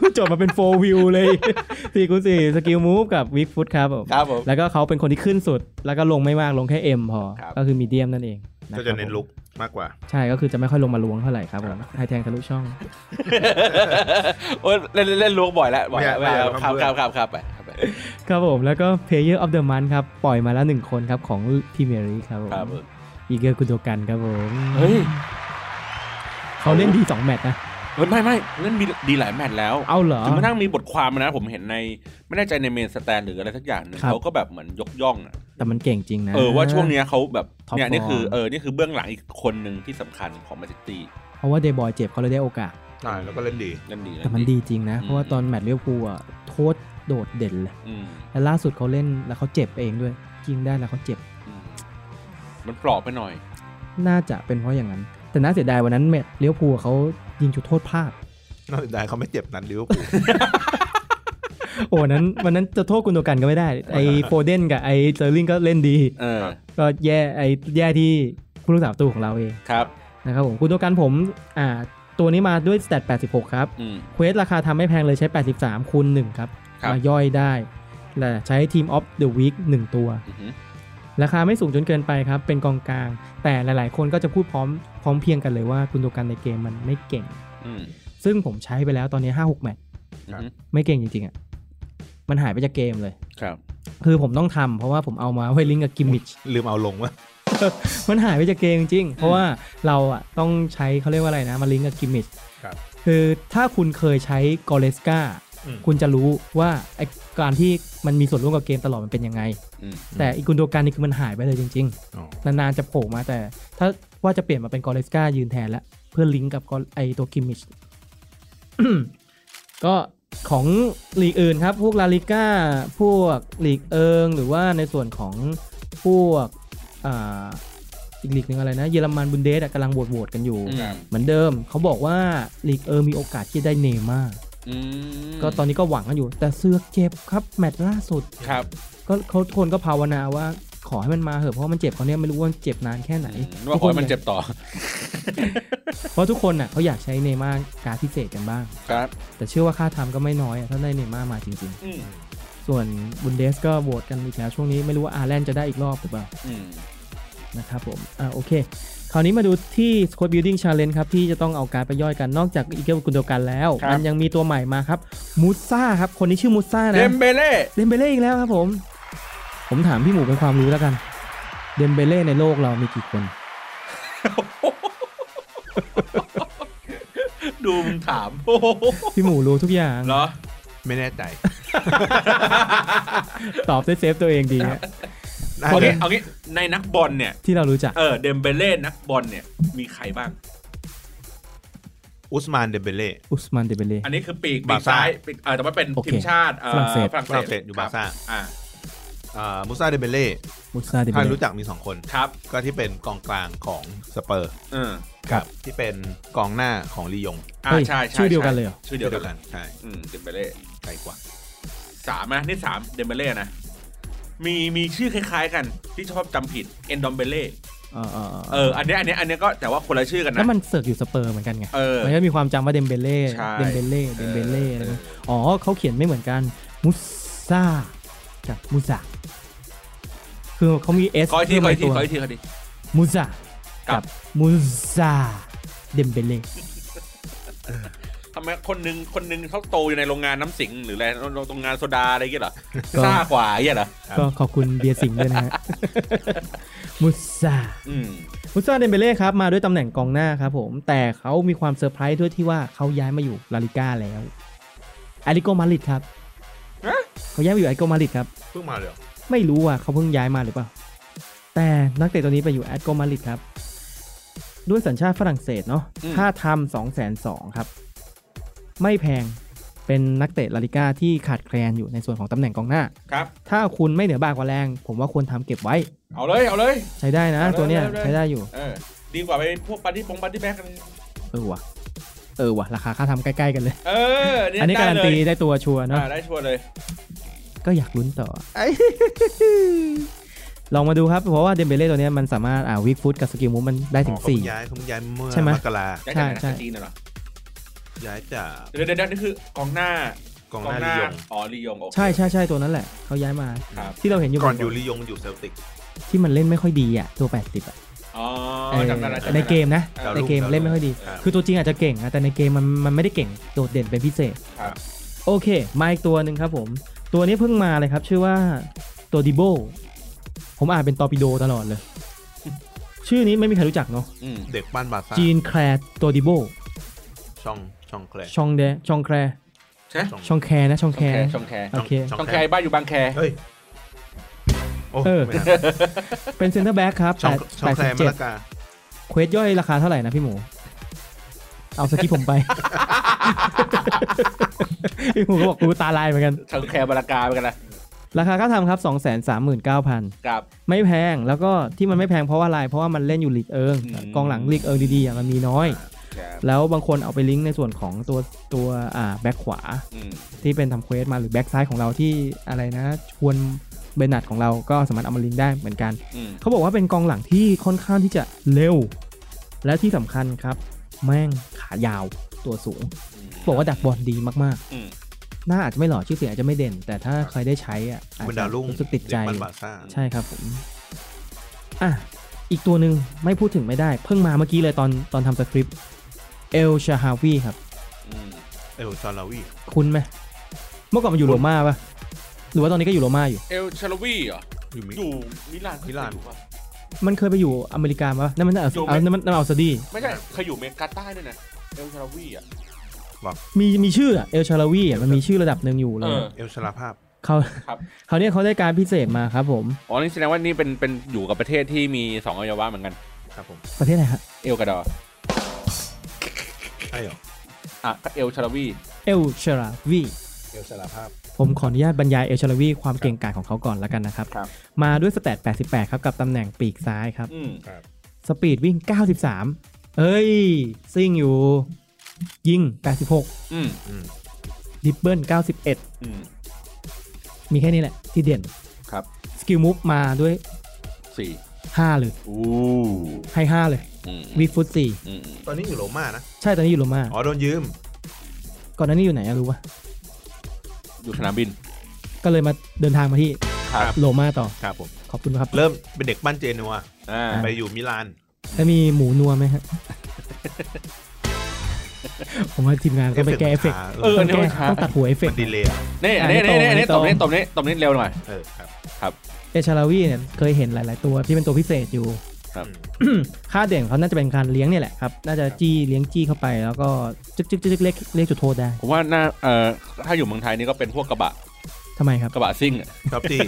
กูจดมาเป็น4วิวเลย4คูณ4สกิลมูฟกับวิกฟุตครับผม
ครับผม
แล้วก็เขาเป็นคนที่ขึ้นสุด แล้วก็ลงไม่มากลงแค่ M พอ
ครับ
ก็คือมีเดียมนั่นเองครับ
ก็จะเน้นลุกมากกว่า
ใช่ก็คือจะไม่ค่อยลงมาล้วงเท่าไหร่ครับผมไฮแทงทะลุช่อง
โอ้ยเล่นเล่นเล่นล้วงบ่อยแล้วบ่อยแล้ว
ไม่เอา
ไม่เอาครับครั
ไม่เอา
บครับครับไปครับไป
ครับผม แล้วก็ Player of the Month ครับ ปล่อยมาแล้วหนึ่งคนครับ ของพรีเมียร์ลีกครับผม
ครับผม
อีเกอร์กุโดกันครับผม
เฮ้ย
เขาเล่นดี 2 แมตช์นะ
เฮ้ยไม่ไม่เล่นมีดีหลายแมตช์แล้ว
เอาเหรอ
ถึงมานั่งมีบทความมานะ ผมเห็นใน ไม่แน่ใจในเมนสแตนหรืออะไรสักอย่างหนึง
ครับ
เขาก็แบบเหมือนยกย่องอะ
แต่มันเก่งจริงนะ
เออว่าช่วงเนี้ยเขาแบบ
ท็อป
เนี่ยนี่คือ
ฟอร์ม
เออนี่คือเบื้องหลังอีกคนหนึ่งที่สำคัญของแมนซิตี้
เพราะว่าเดย์บอยเจ็บเขาเลยได้โอกาส
อ่าแล้วก็เล่นดี
นั่นดี
แต่มันดีจริงนะ เพราะว่าตอนแมตช์เลี้ยวภูลอ่ะโทษโดดเด่นเลย
อืม
และล่าสุดเขาเล่นแล้วเขาเจ็บเองด้วยยิงได้แล้วเขาเจ็บ
อืมมันปลอบไปหน่อย
น่าจะเป็นเพราะอย่างนั้น แต่ แต่น่าเสียดายวันนั้นเมทเลี้ยวภูลเขายิงจุดโทษพลาด
นอกจากได้เขาไม่เจ็บนั้นลิเวอร์พูล
โอ้วันนั้นวันนั้นจะโทษกุนโดกันก็ไม่ได้ ไอโฟเดนกับไอเจอร์ลิงก็เล่นดี
เออ
ก็แย่ไอแย่ที่ผู้รักษาประตูของเราเอง
ครับ
นะครับผมกุนโดกันผมอ่าตัวนี้มาด้วยสแตท86 ครับ
อืม
เควสราคาทำไม่แพงเลยใช้ 83คูณ1ครับ
ครับ
มาย่อยได้ และใช้ทีมออฟเดอะวีค1ตัว
อือหือ
ราคาไม่สูงจนเกินไปครับ เป็นกองกลาง แต่หลาย ๆ คนก็จะพูดพร้อมพร้อมเพรียงกันเลยว่ากุนโดกันในเกมมันไม่เก่ง
อืม
ซึ่งผมใช้ไปแล้วตอนนี้ 5-6แมตช์
อือหือ
ไม่เก่งจริง ๆอ่ะมันหายไปจากเกมเลย
ครับ
คือผมต้องทำเพราะว่าผมเอามาไว้ลิงก์กับกิมมิช
ลืมเอาลงว่า
มันหายไปจากเกมจริงๆ เพราะว่าเราอ่ะต้องใช้เขาเรียกว่าอะไรนะ มาลิงก์กับกิมมิช
ครับ
คือถ้าคุณเคยใช้กอเลสกา
อืม
คุณจะรู้ว่าไอการที่มันมีส่วนร่วมกับเกมตลอดมันเป็นยังไง
อืม
แต่อีกุนโดกันนี่คือมันหายไปเลยจริง
อ๋อ
ๆ นานๆจะโผล่มาแต่ ถ้าว่าจะเปลี่ยนมาเป็นกอเลสกายืนแทนละเพื่อลิงก์กับ Gor- ไอตัวกิมมิช ก็ของลีกอื่นครับ พวกลาลิก้า พวกลีกเอิง หรือว่าในส่วนของพวกอ่าอีกลีกหนึ่งอะไรนะ เยอรมันบุนเดสอะกำลังโหวตโหวตกันอยู่
อืม
เหมือนเดิมเขาบอกว่าลีกเอิงมีโอกาสที่ได้เนย์ม่าร์
อืม
ก็ตอนนี้ก็หวังกันอยู่ แต่เสือกเจ็บครับ แมตช์ล่าสุด
ครับ
ก็โค้ชคนก็ภาวนาว่าขอให้มันมาเถอะเพราะว่ามันเจ็บเขาเนี่ยไม่รู้ว่ามันเจ็บนานแค่ไหน
อืมว่าขอให้มันเจ็บต่อ
เพราะทุกคนอ่ะเขาอยากใช้เนย์ม่าร์การดพิเศษกันบ้าง
ครับ
แต่เชื่อว่าค่าทำก็ไม่น้อยอะถ้าได้เนย์ม่าร์มาจริง ๆ
อืม
ส่วนบุนเดสก็โหวตกันอีกแล้วช่วงนี้ไม่รู้ว่าอาร์แลนด์จะได้อีกรอบหรือเปล่า
อืม
นะครับผมอ่าโอเค คราวนี้มาดูที่ Squad Building Challenge ครับ ที่จะต้องเอาการดไปย่อยกันนอกจากอีเกิลกุนโดกันแล้ว มันยังมีตัวใหม่มาครับมูซ่าครับ คนนี้ชื่อมูซ่า
เด
นะ
มเบเล่
เดมเบเล่อีกแล้วครับผม ผมถามพี่หมูเป็นความรู้แล้วกันเดมเบเล่ในโลกเรามีกี่คน
ดูมึงถามโอ้โห
พี่หมูรู้ทุกอย่าง
เหรอ
ไม่แน่ใจ
ตอบได้เซฟตัวเองดีนะ
น่า
เอา
จะ
งี้เอางี้ในนักบอลเนี่ย
ที่เรารู้จัก
เออเดมเบเล่นักบอลเนี่ย มีใครบ้าง
อุสมานเดมเบเล่
อุสมานเดมเบเล่
อันนี้คือปีกปี
บาก ซ่า
ซ้ายปีกเออแต่ว่าเป็น
โอเค
ทีมชาติอ่อ
ฝรั่งเศส
ฝรั่งเศสอยู่บาซ่า
ครัอ่า
อ่ามูซาเดมเบเล่
มูซ่าเดมเบ
ถ้า
เล่
รู้จักมีสองคน
ครับ
ก็ที่เป็นกองกลางของสเปอร์
เออ
ครับ
ที่เป็นกองหน้าของลียง
อ่า
เฮ้ย
ใช่ใช่
ชื่อเดียวกันเลยเหรอ
ชื่อเดียวกัน
ใช่
อืมเดมเบเล่
ใกล้กว่า
สามนะนี่สามเดมเบเล่นะ มีมีชื่อคล้าย ๆ กันที่ชอบจำผิดเอนดอมเบเล่
อ่าๆๆ
เอออันเนี้ยอันเนี้ยอันเนี้ยก็แต่ว่าคนละชื่อกัน
แล้
นะ
วมันเสิร์กอยู่สเปอร์เหมือนกันไง
เออ
มันก็มีความจำว่าเดมเบเล่
ใช่
เดมเบเล่ เดมเบเล่อะไรนะอ๋อเขาเขียนไม่เหมือนกัน มุสซากับมูซาคือเขามี S เอส
ขออีกทีขออีกทีขออีกทีขออีกที
มูซา
ครั
กับบ มูซาเดมเบเล่
ทำไมคนหนึงคนหนึงเขาโตอยู่ในโรงงานน้ำสิงหรืออะไรโรงงานโซดาอะไรอย่างเงี้ยเหรอ
ก็
ซ่ากว่าอย่างเงี้ยเหรอ
ครับ
ก็ขอบ คุณเบียร์สิงห์ด้วยนะฮะ มูซา
อืม
มุสซาเดมเบเล่ครับ มาด้วยตำแหน่งกองหน้าครับผม แต่เขามีความเซอร์ไพรส์ด้วยที่ว่าเขาย้ายมาอยู่ลาลิก้าแล้วอาริโกมาดริดครับ
ฮะ
เขาย้ายมาอยู่อาริโกมาดริดครับ
เพิ่งมาเลยเหรอ
ไม่รู้ว่าเขาเพิ่งย้ายมาหรือเปล่า แต่นักเตะตัวนี้ไปอยู่แอตโกมาดริดครับ ด้วยสัญชาติฝรั่งเศสเนาะ
อืม
ค่าทำสองแสนสองครับ ไม่แพง เป็นนักเตะลาลิก้าที่ขาดแคลนอยู่ในส่วนของตำแหน่งกองหน้า
ครับ
ถ้าคุณไม่เหนือบากกว่าแรง ผมว่าควรทำเก็บไว้
เอาเลยเอาเลย
ใช้ได้นะ
เอาเลย
ตัวเนี้ย
เอาเลย
ใช้ได้อยู่
เออดีกว่าไปพวกปาร์ตี้ปงปาร์ตี้แบ็กอะไร
เออว่ะ เออว่ะ ราคาค่าทำใกล้ๆกันเลย
เออ
อันนี้
ได้
การันตี
เลย
ได้ตัวชัวร์เนาะ
อ่าได้ชัวร์เลย
ก็อยากลุ้นต่อ ลองมาดูครับ เพราะว่าเดมเบเล่ตัวเนี้ยมันสามารถอ่าวิกฟุตกับสกิลมูฟมันได้ถึ
อ๋องเขาเพิ่
สี่
ย้ายเขาเพิ่งย้ายเมื่อ
ใช่ไหม
มกรา
ย้ายจากไหนนะจาก
ใช่
จีนน่ะเหรอ
ย้ายจาก
เดี๋ยวเดี๋ยวเดี๋ยวนี่คือกองหน้าก
องหน้าลียง
อ๋อลียงโอเค
ใช่ใช่ใช่ตัวนั้นแหละ เขาย้ายมา
ครับ
ที่เราเห็นอยู่
ก่อนอ
บ่
ยู่
อย
ลียงอยู่เซลติก
ๆที่มันเล่นไม่ค่อยดีอ่ะ ตัว 80 อ่ะ
อ๋อ
เออ
จำได้แล้วจำได้แล้ว
ในเกมนะ
ดาวรุ่
ใน
ง
เกมเล่นไม่ค่อยดี
ดาวรุ่ง
คือตัวจริงอาจจะเก่งนะแต่ในเกมมันมันไม่ได้เก่งโดดเด่นเป็นพิเศษ
ครับ
โอเค มาอีกตัวหนึ่งครับผม ตัวนี้เพิ่งมาเลยครับ ชื่อว่าตัวดิโบ ผมอ่านเป็นตอร์ปิโดตลอดเลย ชื่อนี้ไม่มีใครรู้จักเนาะ
อืม
เด็กบ้านบาซ่า
จีนแคลร์ตัวดิโบ
ช่องช่องแคลร์
ชองแดชองแคลร์
ใช่
ช่อง
ชองแคร์นะชอง
ช
แค
องแค
ร์
ร์ชองแคร์
โอเค
ชองแคร์บ้านอยู่บางแค
เฮ้ยโอ้
เออ
ไม่ทัน
เป็นเซนเตอร์แบ็กครับ
ช่อง
แปด
ช่อง
แปดสิบ
แคลร์มะ
เจ็ด
ละกา
เควสย่อยราคาเท่าไหร่นะพี่หมู เอาสกิปผม ไป พี่หมูก็บอกกูตาลายเหมือนกัน
ชองแคร์บารากาไปกันนะ
ราคาค่าทำครับ 2 3 9 0 0 0
กับ
ไม่แพงแล้วก็ที่มันไม่แพงเพราะว่าอะไรเพราะว่ามันเล่นอยู่ลีกเอิง
อืม
กองหลังลีกเอิงดีๆอ่ะมันมีน้อย
ครับ
แล้วบางคนเอาไปลิงก์ในส่วนของตัวตัวอ่าแบ็คขวา
อืม
ที่เป็นทำเควสมาหรือแบ็คซ้ายของเราที่อะไรนะ ชวนเบนัดของเราก็สามารถเอามาลิงก์ได้เหมือนกัน
อืม
เขาบอกว่าเป็นกองหลังที่ค่อนข้างที่จะเร็ว และที่สำคัญครับ แม่งขายาวตัวสูง บอกว่าดักบอลดีมาก
อืม
ๆ หน้าอาจจะไม่หล่อชื่อเสียงอาจจะไม่เด่น แต่ถ้าใครได้ใช้อ่ะอาจ
คุณ
จะ
ดาวรุ่ง
รู้สึกติดใจ
เกบ้านบาซ่า
ใช่ครับผม อ่ะ อีกตัวหนึ่งไม่พูดถึงไม่ได้ เพิ่งมาเมื่อกี้เลยตอนตอนทำสคริปต์เอลชาฮาวีครับ
อืม
เอลจอร์ลาวี
คุ้นไหมเมื่อก่อนมันอยู่โรม่าปะหรือว่าตอนนี้ก็อยู่โรม่าอยู่
เอลชาลวีเหรอ
อยู่มิ
อยู่มิลาน
มิลา
เคย
น
อยู่ปะ
มันเคยไปอยู่อเมริกาปะนั่นมันน่า
อยู่ไหม
เอานั่นมันนั่นมันเอาซาดี
ไม่ใช่เคยอยู่เมกาใต้ด้วยนะเอลชาลวีอ่ะ
มีมีชื่อเอลชาลาวีมันมีชื่อระดับหนึ่งอยู่เลย
เออ
เอลชลาภาพ
เขา
ครับ
เขาวเนี่ยเขาได้การพิเศษมาครับผม
อ๋อนี่แสดงว่านี่เป็นเป็นอยู่กับประเทศที่มีสองอวัยวะเหมือนกัน
ครับผม
ประเทศไหนฮะ
เอลกวาดอร์
ใช่เหรอ
อ่ะก็เอลชาลาวี
เอลชาลาวี
เอลชลาภาพ
ผมขออนุญาตบรรยายเอลชาลาวีความเก่งกาจของเขาก่อนแล้วกันนะครับ
ครับ
มาด้วยสแตท88 ครับกับตำแหน่งปีกซ้ายครับ
อืม
สปีดวิ่ง 93 เอ้ย ซิ่งอยู่ ยิง 86
อืม
อืม
ดิบเบิล
อืม
91 มีแค่นี้แหละ ที่เด่น
ครับ
สกิลมูฟมาด้วย
สี่
5 เลย
อู้
ให้ 5 เลย
อืม
วีฟุต
อืม
ตอนนี้อยู่โรม่านะ
4ใช่ตอนนี้อยู่โรม่า
อ๋อ โดนยืม
ก่อนหน้านี้อยู่ไหนอะรู้ปะ
อยู่สนามบิน
ก็เลยมาเดินทางมาที่
ครับ
โรม่าต่อ
ครับผม
ขอบคุณครับ
เริ่มเป็นเด็กบ้านเจนัว
อ่า
ไปอยู่มิลาน
แล้วมีหมูนัวไหม ฮะ ผมว่าทีมงานก็ไปแก้เอฟเฟกต์
เอฟเฟกต์มันช้า
ต้องแก้ต้องตัดหัวเอฟเฟก
มัน
ต์
ดีเลยอะ
นี่อันนี้
อั
อั
น
น
นี้
นี้อันนี้
ต
ต
ร
บ
ง
นี้ตบนี้ตบนี้เร็วหน่อย
เออครับ
เอลชาลาวีเนี่ยเคยเห็นหลาย ๆ ตัวที่เป็นตัวพิเศษอยู่
ครับ
ค่าเด่นของเขาน่าจะเป็นการเลี้ยงเนี่ยแหละครับ น่าจะจี้เลี้ยงจี้เข้าไปแล้วก็จึกจึกจึกจึกเรียกเรียกจุดโทษได้
ผมว่าน่าเอ่อถ้าอยู่เมืองไทยนี่ก็เป็นพวกกระบะ
ทำไม ครับ
กระบะซิ่งอะ
ชอบที่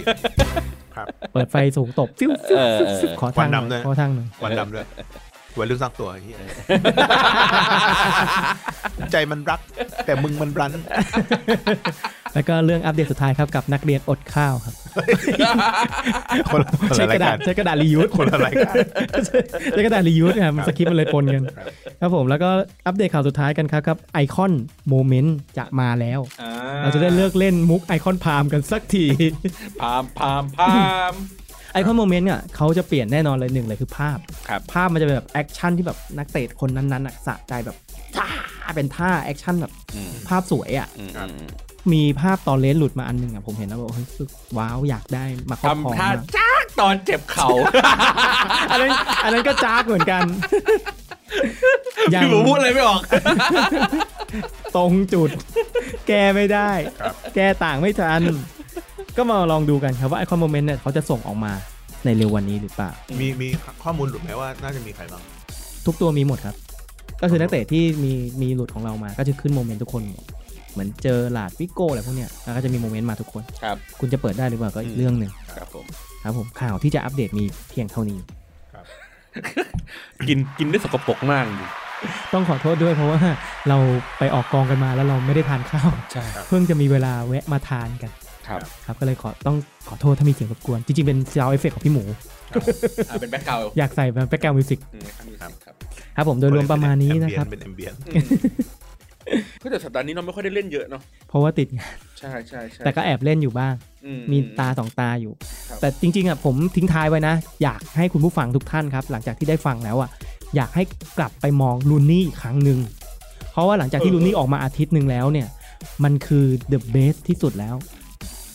ครับ
เปิดไฟสูงตบฟิวฟิวฟิวฟิ
เอ
ว
อ
ขอทางห
ควันดำด้
น่อย
วย
ขอทางหน่อย
ควันดำด้วย วัยรุ่นสร้างตัวไอ้เหี้ย ใจมันรัก แต่มึงมันรั้น
แล้วก็เรื่องอัปเดตสุดท้ายครับกับนักเรียนอดข้าวครับ
คนละคน
ใช้ก
ละราย
ระดา
การ
ษ
ค
ใช้กระดาษรียูส
นละรายการ
ใช้กระดาษรียูสครับมันสคริปต์มันเลยปนกัน
ครับ
ครับผมแล้วก็อัปเดตข่าวสุดท้ายกันครับครับไอคอนโมเมนต์จะมาแล้ว
อ่า
เราจะได้เลิกเล่นมุกไอคอนพามกันสักที
พามพามพาม
ไอคอนโมเมนต์เนี่ยเขาจะเปลี่ยนแน่นอนเลยหนึ่งเลยคือภาพ
ครับ
ภาพมันจะเป็นแบบแอคชั่นที่แบบนักเตะคนนั้นๆน่ะสะใจแบบท่าเป็นท่าแอคชั่นแบบ
อืม
ภาพสวยอะ่ะ
อืม
ครับ
อืม
มีภาพตอนเลนหลุดมาอันหนึงอะ่ะผมเห็นแล้วแบบเฮ้ยรู้สึกว้าวอยากได้มาครอบครอง
ทำท่า
มา
จ้ากตอนเจ็บเข่า
อันนั้นอันนั้นก็จ้ากเหมือน กัน ยัง
พี่หมูพูดอะไรไม่ออก
ตรงจุด แก้ไม่ได้ แก้ต่างไม่ทัน ก็มาลองดูกันครับว่าไอคอนโมเมนต์เนี่ยเขาจะส่งออกมาในเร็ววันนี้หรือเปล่า
มีมีข้อมูลหลุดไหมว่าน่าจะมีใครบ้าง
ทุกตัวมีหมดครับ ก็คือนักเตะที่มีมีหลุดของเรามาก็จะขึ้นโมเมนต์ทุกคนหมดเหมือนเจอหลาดวิโก้อะไรพวกเนี้ยแล้วก็จะมีโมเมนต์มาทุกคน
ครับ
คุณจะเปิดได้หรือเปล่าก็อีกเรื่องหนึ่ง
ครับผม
ครับผมข่าวที่จะอัปเดตมีเพียงเท่านี้
กินกินได้สกปรกมากดิ
ต้องขอโทษด้วยเพราะว่าเราไปออกกองกันมาแล้วเราไม่ได้ทานข้าว
ใช่
เพิ่งจะมีเวลาแวะมาทานกัน
ครับ
ครับก็เลยขอต้องขอโทษถ้ามีเสียงรบกวน จริงๆเป็นซาวเอฟเฟกของพี่หมู
อ่าเป็นแบ็คเก่า
อยากใส่แบบแบ็กกราวด์มิวสิก
ค
ครั
รับ
บ
ครับผมโดยรวมประมาณนี้นะครับ
เป็นแอมเบียน
ก็แต่สัปดาห์นี้เราไม่ค่อยได้เล่นเยอะเนาะ
เพราะว่าติดงาน
ใช่ใช่ใช่
แต่ก็แอบเล่นอยู่บ้าง
อื
มีตาสองตาอยู่ แต่จริงๆอ่ะผมทิ้งท้ายไว้นะ อยากให้คุณผู้ฟังทุกท่านครับ หลังจากที่ได้ฟังแล้วอ่ะอยากให้กลับไปมองลูนี่อีกครั้งหนึ่งเพราะว่าหลังจากที่ลูนี่ออกมาอาทิตย์หนึ่งแล้วเนี่ย มันคือ the best ที่สุดแล้ว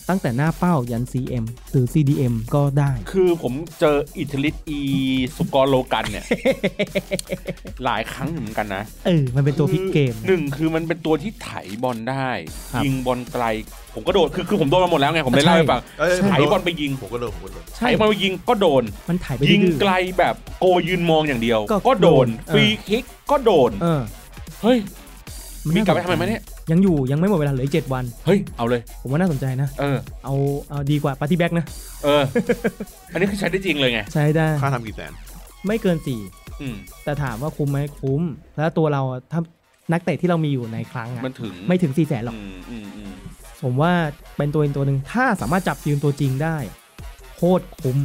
ตั้งแต่หน้าเป้ายัน CM หรือ CDM ก็ได้
คือผมเจออิทธิฤทธิ์อีสุกรโลกันเนี่ย หลายครั้งอยู่เหมือนกันนะ
เออ มันเป็นตัวพลิกเกม
หนึ่งคือมันเป็นตัวที่ไถบอลได้
ครับ
ยิงบอลไกล ผมก็โดนคือคือผมโดนมาหมดแล้วไง ผมเลยเล่าให้ฟัง
เอ้ย
ไถบอลไปยิง
ผมก็โดนผมก็โดน
ไถบอลไปยิงก็โดน
มันถ่ายไป
ยิง
ดื้อ
ไกลแบบโกยืนมองอย่างเดียว
ก็
ก็โดน
โดน
ฟรีคิกก็โดน
ๆเออ
เฮ้ย
น
มี
น่
กลับไปทำไมไหมเนี่ย
ยังอยู่ยังไม่หมดเวลาเหลืออีกเจ็ดวัน
เฮ้ย เอาเลย
ผมว่าน่าสนใจนะ
เออ
เอาเอาดีกว่าปาร์ตี้แบ็กนะ
เอ อ อันนี้คือใช้ได้จริงเลยไง
ใช้ได้
ค่าทำกี่แสน
ไม่เกินสี่
อืม
แต่ถามว่าคุ้มไหมคุ้ม แล้วตัวเราอะถ้านักเตะที่เรามีอยู่ในครั้งอะ
มันถึง
ไม่ถึงสี่แสนหรอก
อืมอืมอืม
ผมว่าเป็นตัวเองตัวหนึ่งถ้าสามารถจับยืนตัวจริงได้ โคตรคุ้ม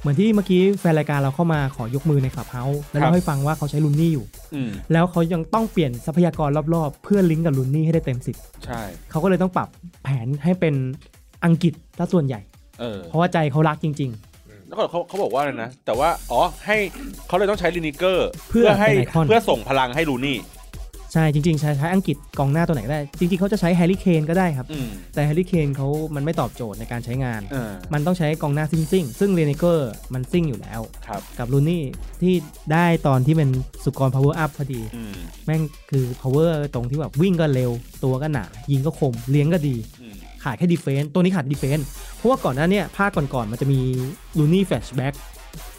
เหมือนที่เมื่อกี้แฟนรายการเราเข้ามาขอยกมือในขับเฮาส์แล้ว
ครั
เรา
บ
ให้ฟังว่าเขาใช้ลุนนี่อยู่
อืม
แล้วเขายังต้องเปลี่ยนทรัพยากรรอบๆ เพื่อลิงก์กับลุนนี่ให้ได้เต็มสิบ
ใช่
เขาก็เลยต้องปรับแผนให้เป็นอังกฤษซะส่วนใหญ่
เออ
เพราะว่าใจเขารักจริง
แล้วก็เขาเขาบอกว่าอะไรนะ แต่ว่า อ๋อ ให้เขาเลยต้องใช้ลินิเกอร์
เพื่อ
ให้
เป็นไอคอน
เพื่อส่งพลังให้ลูนี่
ๆ ใช่จริงๆใช้ใช้อังกฤษกองหน้าตัวไหนก็ได้ จริงๆเขาจะใช้แฮร์รี่เคนก็ได้ครับ
อืม
แต่แฮร์รี่เคนเขามันไม่ตอบโจทย์ในการใช้งาน
เออ
มันต้องใช้กองหน้าซิ่งซิ่งๆซึ่งเรเนเกอร์มันซิ่งอยู่แล้ว
ครับ
กับลูนี่ที่ได้ตอนที่เป็นสุกร power up พอดี
อืม
แม่งคือ power ตรงที่แบบวิ่งก็เร็ว ตัวก็หนา ยิงก็คม เลี้ยงก็ดี
อืม
ขาดแค่ดีเฟนต์ตัวนี้ขาดดีเฟนต์เพราะว่าก่อนหน้าเนี่ยภาคก่อนๆมันจะมีลูนี่แฟชแบ็ก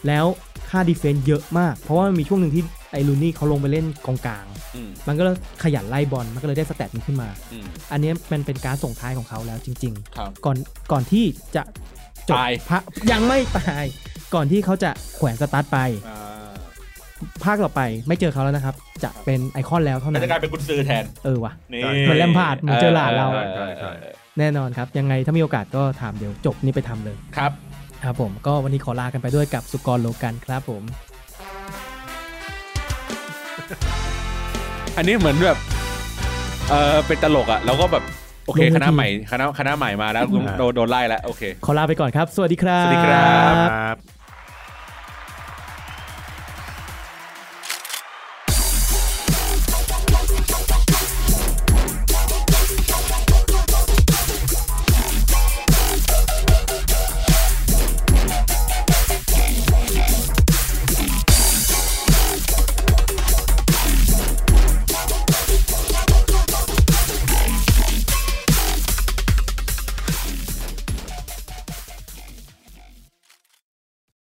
แล้วค่าดีเฟนต์เยอะมาก เพราะว่ามันมีช่วงหนึ่งที่ไอ้ลูนี่เขาลงไปเล่นกองกลาง
อืม
มันก็เลยขยันไล่บอลมันก็เลยได้สแตทนี้ขึ้นมา
อืม
อันเนี้ยมันเป็นการส่งท้ายของเขาแล้วจริง ๆ
ครับ
ก่อนก่อนที่จะจบ
ตาย
พระยังไม่ตาย ก่อนที่เขาจะแขวนสตาร์ทไป
อ่า
ภาคต่อไปไม่เจอเขาแล้วนะครับ จะเป็นไอคอนแล้วเท่า
แต่จะ
นั้น
กลายเป็นกุญซือแทน
เออว่ะ
นี่
เหมือนแลมพาร์ดเหมือนเจอร์ราร์ดเรา
ออออเออเออ
แน่นอนครับ ยังไงถ้ามีโอกาสก็ถามเดี๋ยวจบนี่ไปทำเลย
ครับ
ครับผมก็วันนี้ขอลากันไปด้วยกับสุกรโลกันครับผม
อันนี้เหมือนแบบ เออเป็นตลกอ่ะ แล้วก็แบบ โอเค
ลงเวที
คณะใหม่ คณะ คณะใหม่มาแล้ว
อ่า
โดนโดนไล่แล้ว โอเค
ขอลาไปก่อนครับ สวัสดีครั
ส
บ
วัสดีครั
ครับ